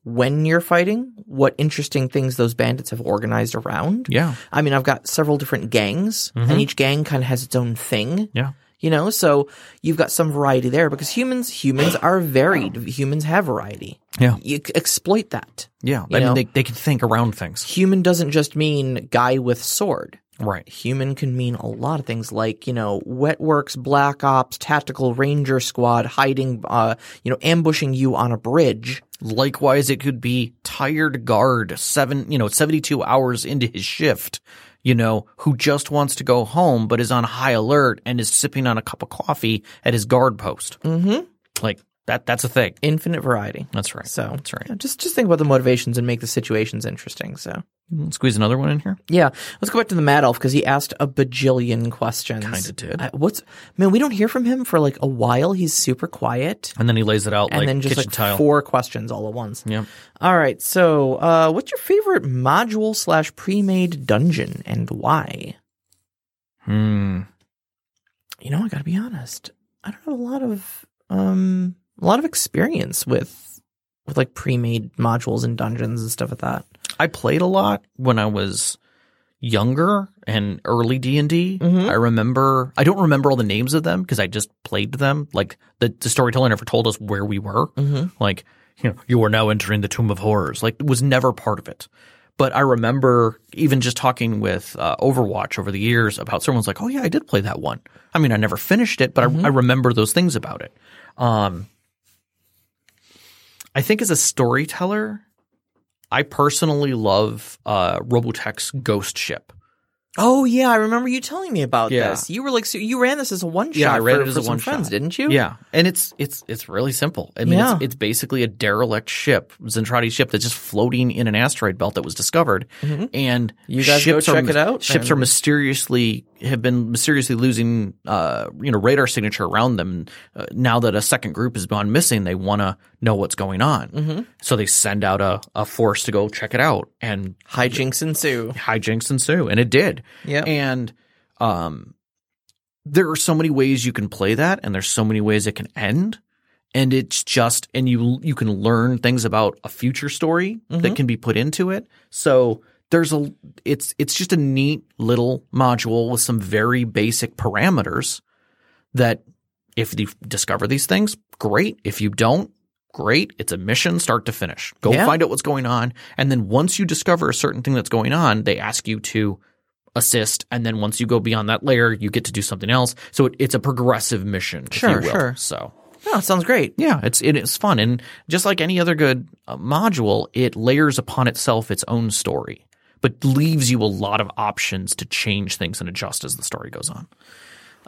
Speaker 1: when you're fighting, what interesting things those bandits have organized around.
Speaker 2: Yeah.
Speaker 1: I mean, I've got several different gangs, and each gang kind of has its own thing.
Speaker 2: Yeah.
Speaker 1: You know, so you've got some variety there because humans humans are varied. Humans have variety.
Speaker 2: Yeah.
Speaker 1: You c- exploit that.
Speaker 2: Yeah.
Speaker 1: You
Speaker 2: I
Speaker 1: know?
Speaker 2: mean, they, they can think around things.
Speaker 1: Human doesn't just mean guy with sword.
Speaker 2: Right.
Speaker 1: Human can mean a lot of things like, you know, wet works, black ops, tactical ranger squad, hiding, uh, you know, ambushing you on a bridge.
Speaker 2: Likewise, it could be tired guard seven, you know, 72 hours into his shift, you know, who just wants to go home, but is on high alert and is sipping on a cup of coffee at his guard post.
Speaker 1: Mm-hmm.
Speaker 2: Like that, that's a thing.
Speaker 1: Infinite variety.
Speaker 2: That's right.
Speaker 1: So
Speaker 2: that's right.
Speaker 1: yeah, just just think about the motivations and make the situations interesting. So
Speaker 2: Squeeze another one in here.
Speaker 1: Yeah, let's go back to the Mad Elf because he asked a bajillion questions.
Speaker 2: Kinda did.
Speaker 1: I- what's man? We don't hear from him for like a while. He's super quiet,
Speaker 2: And then he lays it out
Speaker 1: and
Speaker 2: like
Speaker 1: then just
Speaker 2: kitchen
Speaker 1: like
Speaker 2: tile.
Speaker 1: four questions all at once.
Speaker 2: Yeah.
Speaker 1: All right. So, uh, what's your favorite module slash pre made dungeon and why?
Speaker 2: Hmm.
Speaker 1: You know, I got to be honest. I don't have a lot of um a lot of experience with with like pre made modules and dungeons and stuff like that.
Speaker 2: I played a lot when I was younger and early D and D.
Speaker 1: Mhm.
Speaker 2: I remember. I don't remember all the names of them because I just played them. Like the, the storyteller never told us where we were.
Speaker 1: Mm-hmm.
Speaker 2: Like you know, you are now entering the Tomb of Horrors. Like was never part of it. But I remember even just talking with uh, Overwatch over the years about someone's like, oh yeah, I did play that one. I mean, I never finished it, but I, I remember those things about it. Um, I think as a storyteller, I personally love uh, Robotech's Ghost Ship.
Speaker 1: Oh yeah, I remember you telling me about
Speaker 2: Yeah.
Speaker 1: this. You were like, so you ran this as a one shot.
Speaker 2: Yeah, I ran
Speaker 1: for,
Speaker 2: it as
Speaker 1: for
Speaker 2: a
Speaker 1: some
Speaker 2: one-shot.
Speaker 1: friends, didn't you?
Speaker 2: Yeah, and it's it's it's really simple. I mean,
Speaker 1: Yeah.
Speaker 2: it's, it's basically a derelict ship, Zentradi ship that's just floating in an asteroid belt that was discovered, and
Speaker 1: Mm-hmm. You guys go
Speaker 2: ships are
Speaker 1: check
Speaker 2: mys-
Speaker 1: it out,
Speaker 2: Ships
Speaker 1: and-
Speaker 2: are mysteriously have been mysteriously losing, uh, you know, radar signature around them. And, uh, now that a second group has gone missing, they want to know what's going on,
Speaker 1: Mm-hmm.
Speaker 2: so they send out a a force to go check it out, and
Speaker 1: Hijinks ensue.
Speaker 2: hijinks ensue, and it did.
Speaker 1: Yeah.
Speaker 2: And um, there are so many ways you can play that, and there's so many ways it can end. And it's just, and you you can learn things about a future story that can be put into it. So there's a, it's it's just a neat little module with some very basic parameters that if you discover these things, great. If you don't, great. It's a mission start to finish. Go
Speaker 1: Yeah.
Speaker 2: find out what's going on. And then once you discover a certain thing that's going on, they ask you to assist. And then once you go beyond that layer, you get to do something else. So it, it's a progressive mission, if
Speaker 1: Sure,
Speaker 2: you will.
Speaker 1: sure.
Speaker 2: So.
Speaker 1: No, it Oh, sounds great.
Speaker 2: Yeah, it's it is fun, and just like any other good uh, module, it layers upon itself its own story, but leaves you a lot of options to change things and adjust as the story goes on.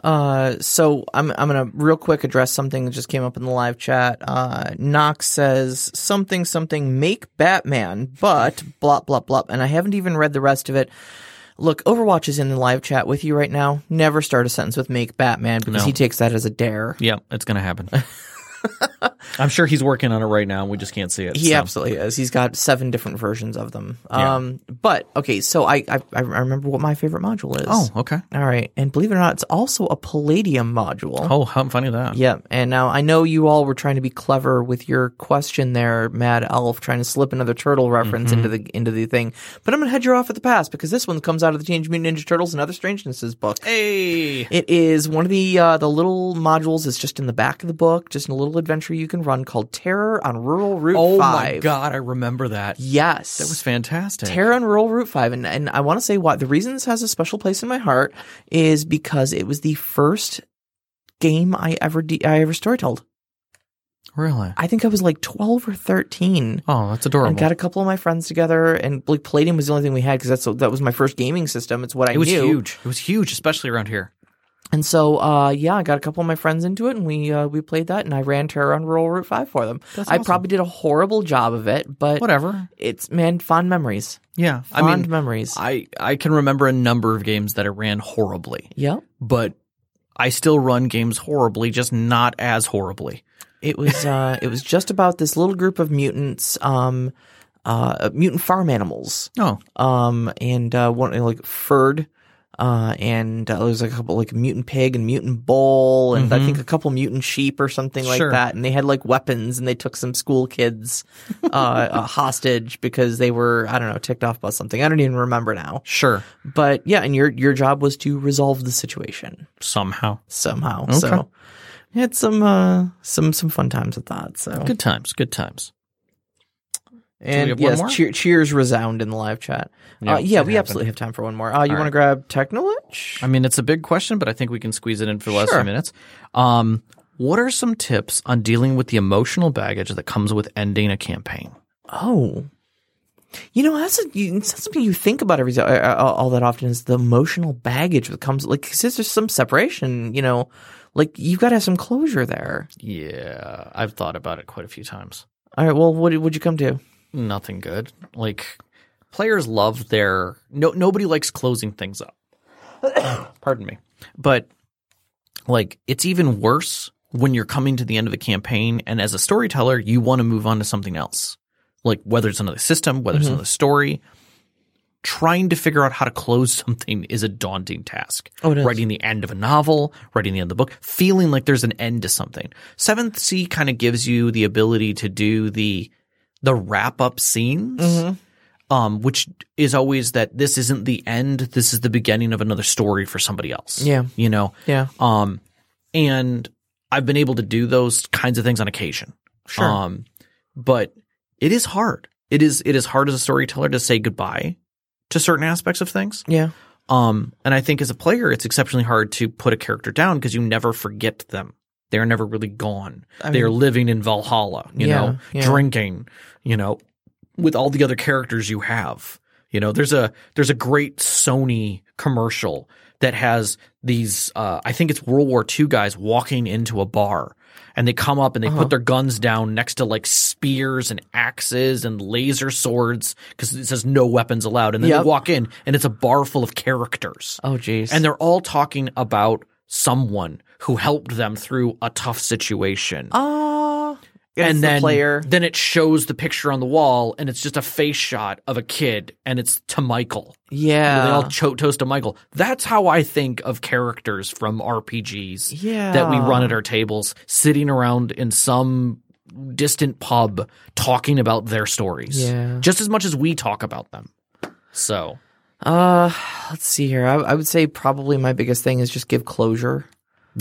Speaker 1: Uh, so I'm I'm gonna real quick address something that just came up in the live chat. Uh, Knox says something something make Batman, but blah blah blah, and I haven't even read the rest of it. Look, Overwatch is in the live chat with you right now. Never start a sentence with make Batman because
Speaker 2: No.
Speaker 1: he takes that as a dare.
Speaker 2: Yeah, it's going to (laughs) happen. I'm sure he's working on it right now, and we just can't see it.
Speaker 1: He
Speaker 2: so.
Speaker 1: absolutely is. He's got seven different versions of them.
Speaker 2: Yeah.
Speaker 1: Um, but okay, so I, I I remember what my favorite module is.
Speaker 2: Oh, okay.
Speaker 1: all right, and believe it or not, it's also a Palladium module.
Speaker 2: Oh, how funny that.
Speaker 1: Yeah, and now I know you all were trying to be clever with your question there, Mad Elf, trying to slip another turtle reference
Speaker 2: Mm-hmm.
Speaker 1: into the into the thing. But I'm gonna head you off at the pass because this one comes out of the Teenage Mutant Ninja Turtles and Other Strangenesses book.
Speaker 2: Hey.
Speaker 1: It is one of the uh, the little modules. is just in the back of the book, just a little adventure you can run called Terror on Rural Route
Speaker 2: Oh
Speaker 1: Five.
Speaker 2: my God, I remember that.
Speaker 1: Yes,
Speaker 2: That was fantastic.
Speaker 1: Terror on Rural Route 5. And, and I want to say why the reason this has a special place in my heart is because it was the first game I ever de- I ever storytelled.
Speaker 2: really?
Speaker 1: I think I was like 12 or 13.
Speaker 2: Oh, that's adorable.
Speaker 1: And got a couple of my friends together, and like Palladium was the only thing we had because that's that was my first gaming system. It's what I
Speaker 2: it was
Speaker 1: knew.
Speaker 2: huge. It was huge, especially around here.
Speaker 1: And so, uh, yeah, I got a couple of my friends into it, and we uh, we played that, and I ran Terror on Rural Route Five for them.
Speaker 2: That's
Speaker 1: I
Speaker 2: awesome.
Speaker 1: probably did a horrible job of it, but
Speaker 2: Whatever.
Speaker 1: it's man, fond memories,
Speaker 2: Yeah.
Speaker 1: fond
Speaker 2: I mean,
Speaker 1: memories.
Speaker 2: I, I can remember a number of games that I ran horribly,
Speaker 1: yeah,
Speaker 2: but I still run games horribly, just not as horribly.
Speaker 1: It was uh, it was just about this little group of mutants, um, uh, mutant farm animals,
Speaker 2: Oh,
Speaker 1: um, and uh, one like furred, uh, and uh, there was like a couple like mutant pig and mutant bull, and I think a couple mutant sheep or something like
Speaker 2: Mm-hmm. Sure.
Speaker 1: that. And they had like weapons, and they took some school kids
Speaker 2: (laughs)
Speaker 1: uh, uh, hostage because they were I don't know ticked off about something. I don't even remember now.
Speaker 2: sure.
Speaker 1: But yeah, and your your job was to resolve the situation
Speaker 2: Somehow.
Speaker 1: somehow. So we had some uh some some fun times with that. So
Speaker 2: Good times. Good times. Do we
Speaker 1: and
Speaker 2: have one
Speaker 1: yes,
Speaker 2: more?
Speaker 1: cheer, cheers resound in the live chat. Yeah,
Speaker 2: Yeah,
Speaker 1: uh, yeah
Speaker 2: it
Speaker 1: we
Speaker 2: happened.
Speaker 1: absolutely have time for one more. Uh, you want to
Speaker 2: right.
Speaker 1: grab Technolitch?
Speaker 2: I mean, it's a big question, but I think we can squeeze it in for the last
Speaker 1: Sure.
Speaker 2: few minutes. Um, what are some tips on dealing with the emotional baggage that comes with ending a campaign?
Speaker 1: Oh, you know that's a, you, it's not something you think about every uh, uh, all that often is the emotional baggage that comes like since there's some separation, you know, like you've got to have some closure there.
Speaker 2: Yeah, I've thought about it quite a few times.
Speaker 1: All right, well, what would you come to?
Speaker 2: Nothing good. Like players love their no nobody likes closing things up. (coughs) Pardon me. But like it's even worse when you're coming to the end of a campaign and as a storyteller you want to move on to something else. Like whether it's another system, whether it's
Speaker 1: Mm-hmm.
Speaker 2: another story, trying to figure out how to close something is a daunting task.
Speaker 1: Oh, it is.
Speaker 2: Writing the end of a novel, writing the end of the book, feeling like there's an end to something. Seventh Sea kind of gives you the ability to do the the wrap up scenes,
Speaker 1: Mm-hmm.
Speaker 2: um, which is always that this isn't the end. This is the beginning of another story for somebody else.
Speaker 1: Yeah.
Speaker 2: you know.
Speaker 1: Yeah,
Speaker 2: Um, and I've been able to do those kinds of things on occasion.
Speaker 1: Sure.
Speaker 2: Um, but it is hard. It is it is hard as a storyteller to say goodbye to certain aspects of things.
Speaker 1: yeah,
Speaker 2: Um, and I think as a player, it's exceptionally hard to put a character down because you never forget them. They're never really gone.
Speaker 1: I
Speaker 2: They're
Speaker 1: mean-
Speaker 2: living in Valhalla, you
Speaker 1: Yeah,
Speaker 2: know,
Speaker 1: yeah.
Speaker 2: drinking, you know, with all the other characters you have. You know, there's a there's a great Sony commercial that has these uh, I think it's World War II guys walking into a bar and they come up and they
Speaker 1: Uh-huh.
Speaker 2: put their guns down next to like spears and axes and laser swords because it says no weapons allowed and then
Speaker 1: Yep.
Speaker 2: they walk in and it's a bar full of characters
Speaker 1: Oh, jeez.
Speaker 2: and they're all talking about someone who helped them through a tough situation
Speaker 1: ah,
Speaker 2: and
Speaker 1: it's
Speaker 2: then
Speaker 1: the player.
Speaker 2: then it shows the picture on the wall and it's just a face shot of a kid and it's to michael
Speaker 1: yeah,
Speaker 2: they all cho- toast to michael that's how i think of characters from rpgs
Speaker 1: Yeah.
Speaker 2: that we run at our tables sitting around in some distant pub talking about their stories
Speaker 1: Yeah.
Speaker 2: just as much as we talk about them so
Speaker 1: Uh, let's see here. I, I would say probably my biggest thing is just give closure.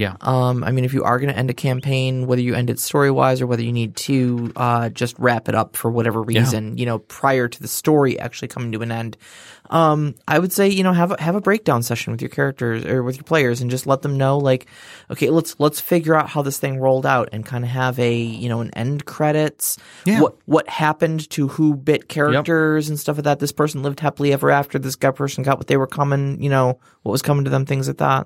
Speaker 2: yeah
Speaker 1: Um, I mean, if you are going to end a campaign, whether you end it story wise or whether you need to uh, just wrap it up for whatever reason, you know, prior to the story actually coming to an end, um, I would say you know have a, have a breakdown session with your characters or with your players and just let them know like, okay, let's let's figure out how this thing rolled out and kind of have a you know an end credits.
Speaker 2: Yeah.
Speaker 1: What what happened to who bit characters and stuff like that? This person lived happily ever after. This guy person got what they were coming. You know what was coming to them. Things like that.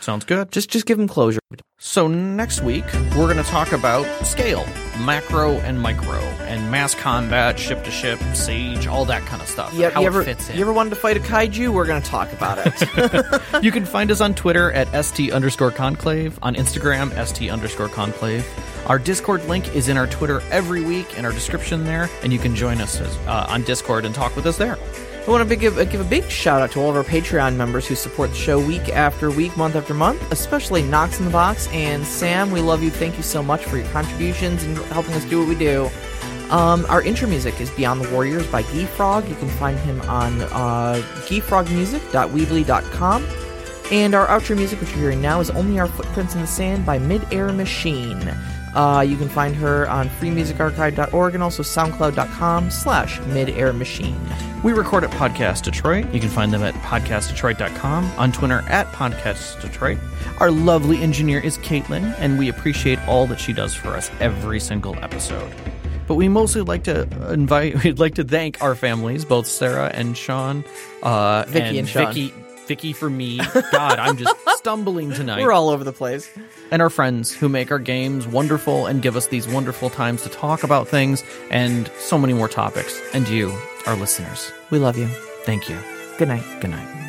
Speaker 2: Sounds good.
Speaker 1: Just just give him closure.
Speaker 2: So next week we're going to talk about scale, macro and micro, and mass combat, ship to ship, siege, all that kind of stuff.
Speaker 1: You,
Speaker 2: how
Speaker 1: you ever
Speaker 2: it fits in.
Speaker 1: you ever wanted to fight a kaiju? We're gonna talk about
Speaker 2: (laughs)
Speaker 1: it.
Speaker 2: You can find us on Twitter at st underscore conclave, on Instagram st underscore conclave. Our Discord link is in our Twitter every week in our description there, and you can join us as, uh, on Discord and talk with us there.
Speaker 1: I want to give, give a big shout out to all of our Patreon members who support the show week after week, month after month, especially Knox in the Box and Sam. We love you. Thank you so much for your contributions and helping us do what we do. Um, our intro music is Beyond the Warriors by Gee Frog. You can find him on uh, geefrogmusic.weebly.com. And our outro music, which you're hearing now, is Only Our Footprints in the Sand by Mid Air Machine. Uh, you can find her on freemusicarchive.org and also soundcloud.com slash midair machine.
Speaker 2: We record at Podcast Detroit. You can find them at podcastdetroit.com, on Twitter at Podcast Detroit. Our lovely engineer is Caitlin, and we appreciate all that she does for us every single episode. But we mostly like to invite, (laughs) we'd like to thank our families, both Sarah and Sean, uh,
Speaker 1: Vicky and Sean.
Speaker 2: Vicky, Vicky for me. God,
Speaker 1: (laughs)
Speaker 2: I'm just stumbling tonight
Speaker 1: We're all over the place.
Speaker 2: and our friends who make our games wonderful and give us these wonderful times to talk about things and so many more topics. And you, our listeners,
Speaker 1: We love you.
Speaker 2: thank you.
Speaker 1: Good night.
Speaker 2: Good night.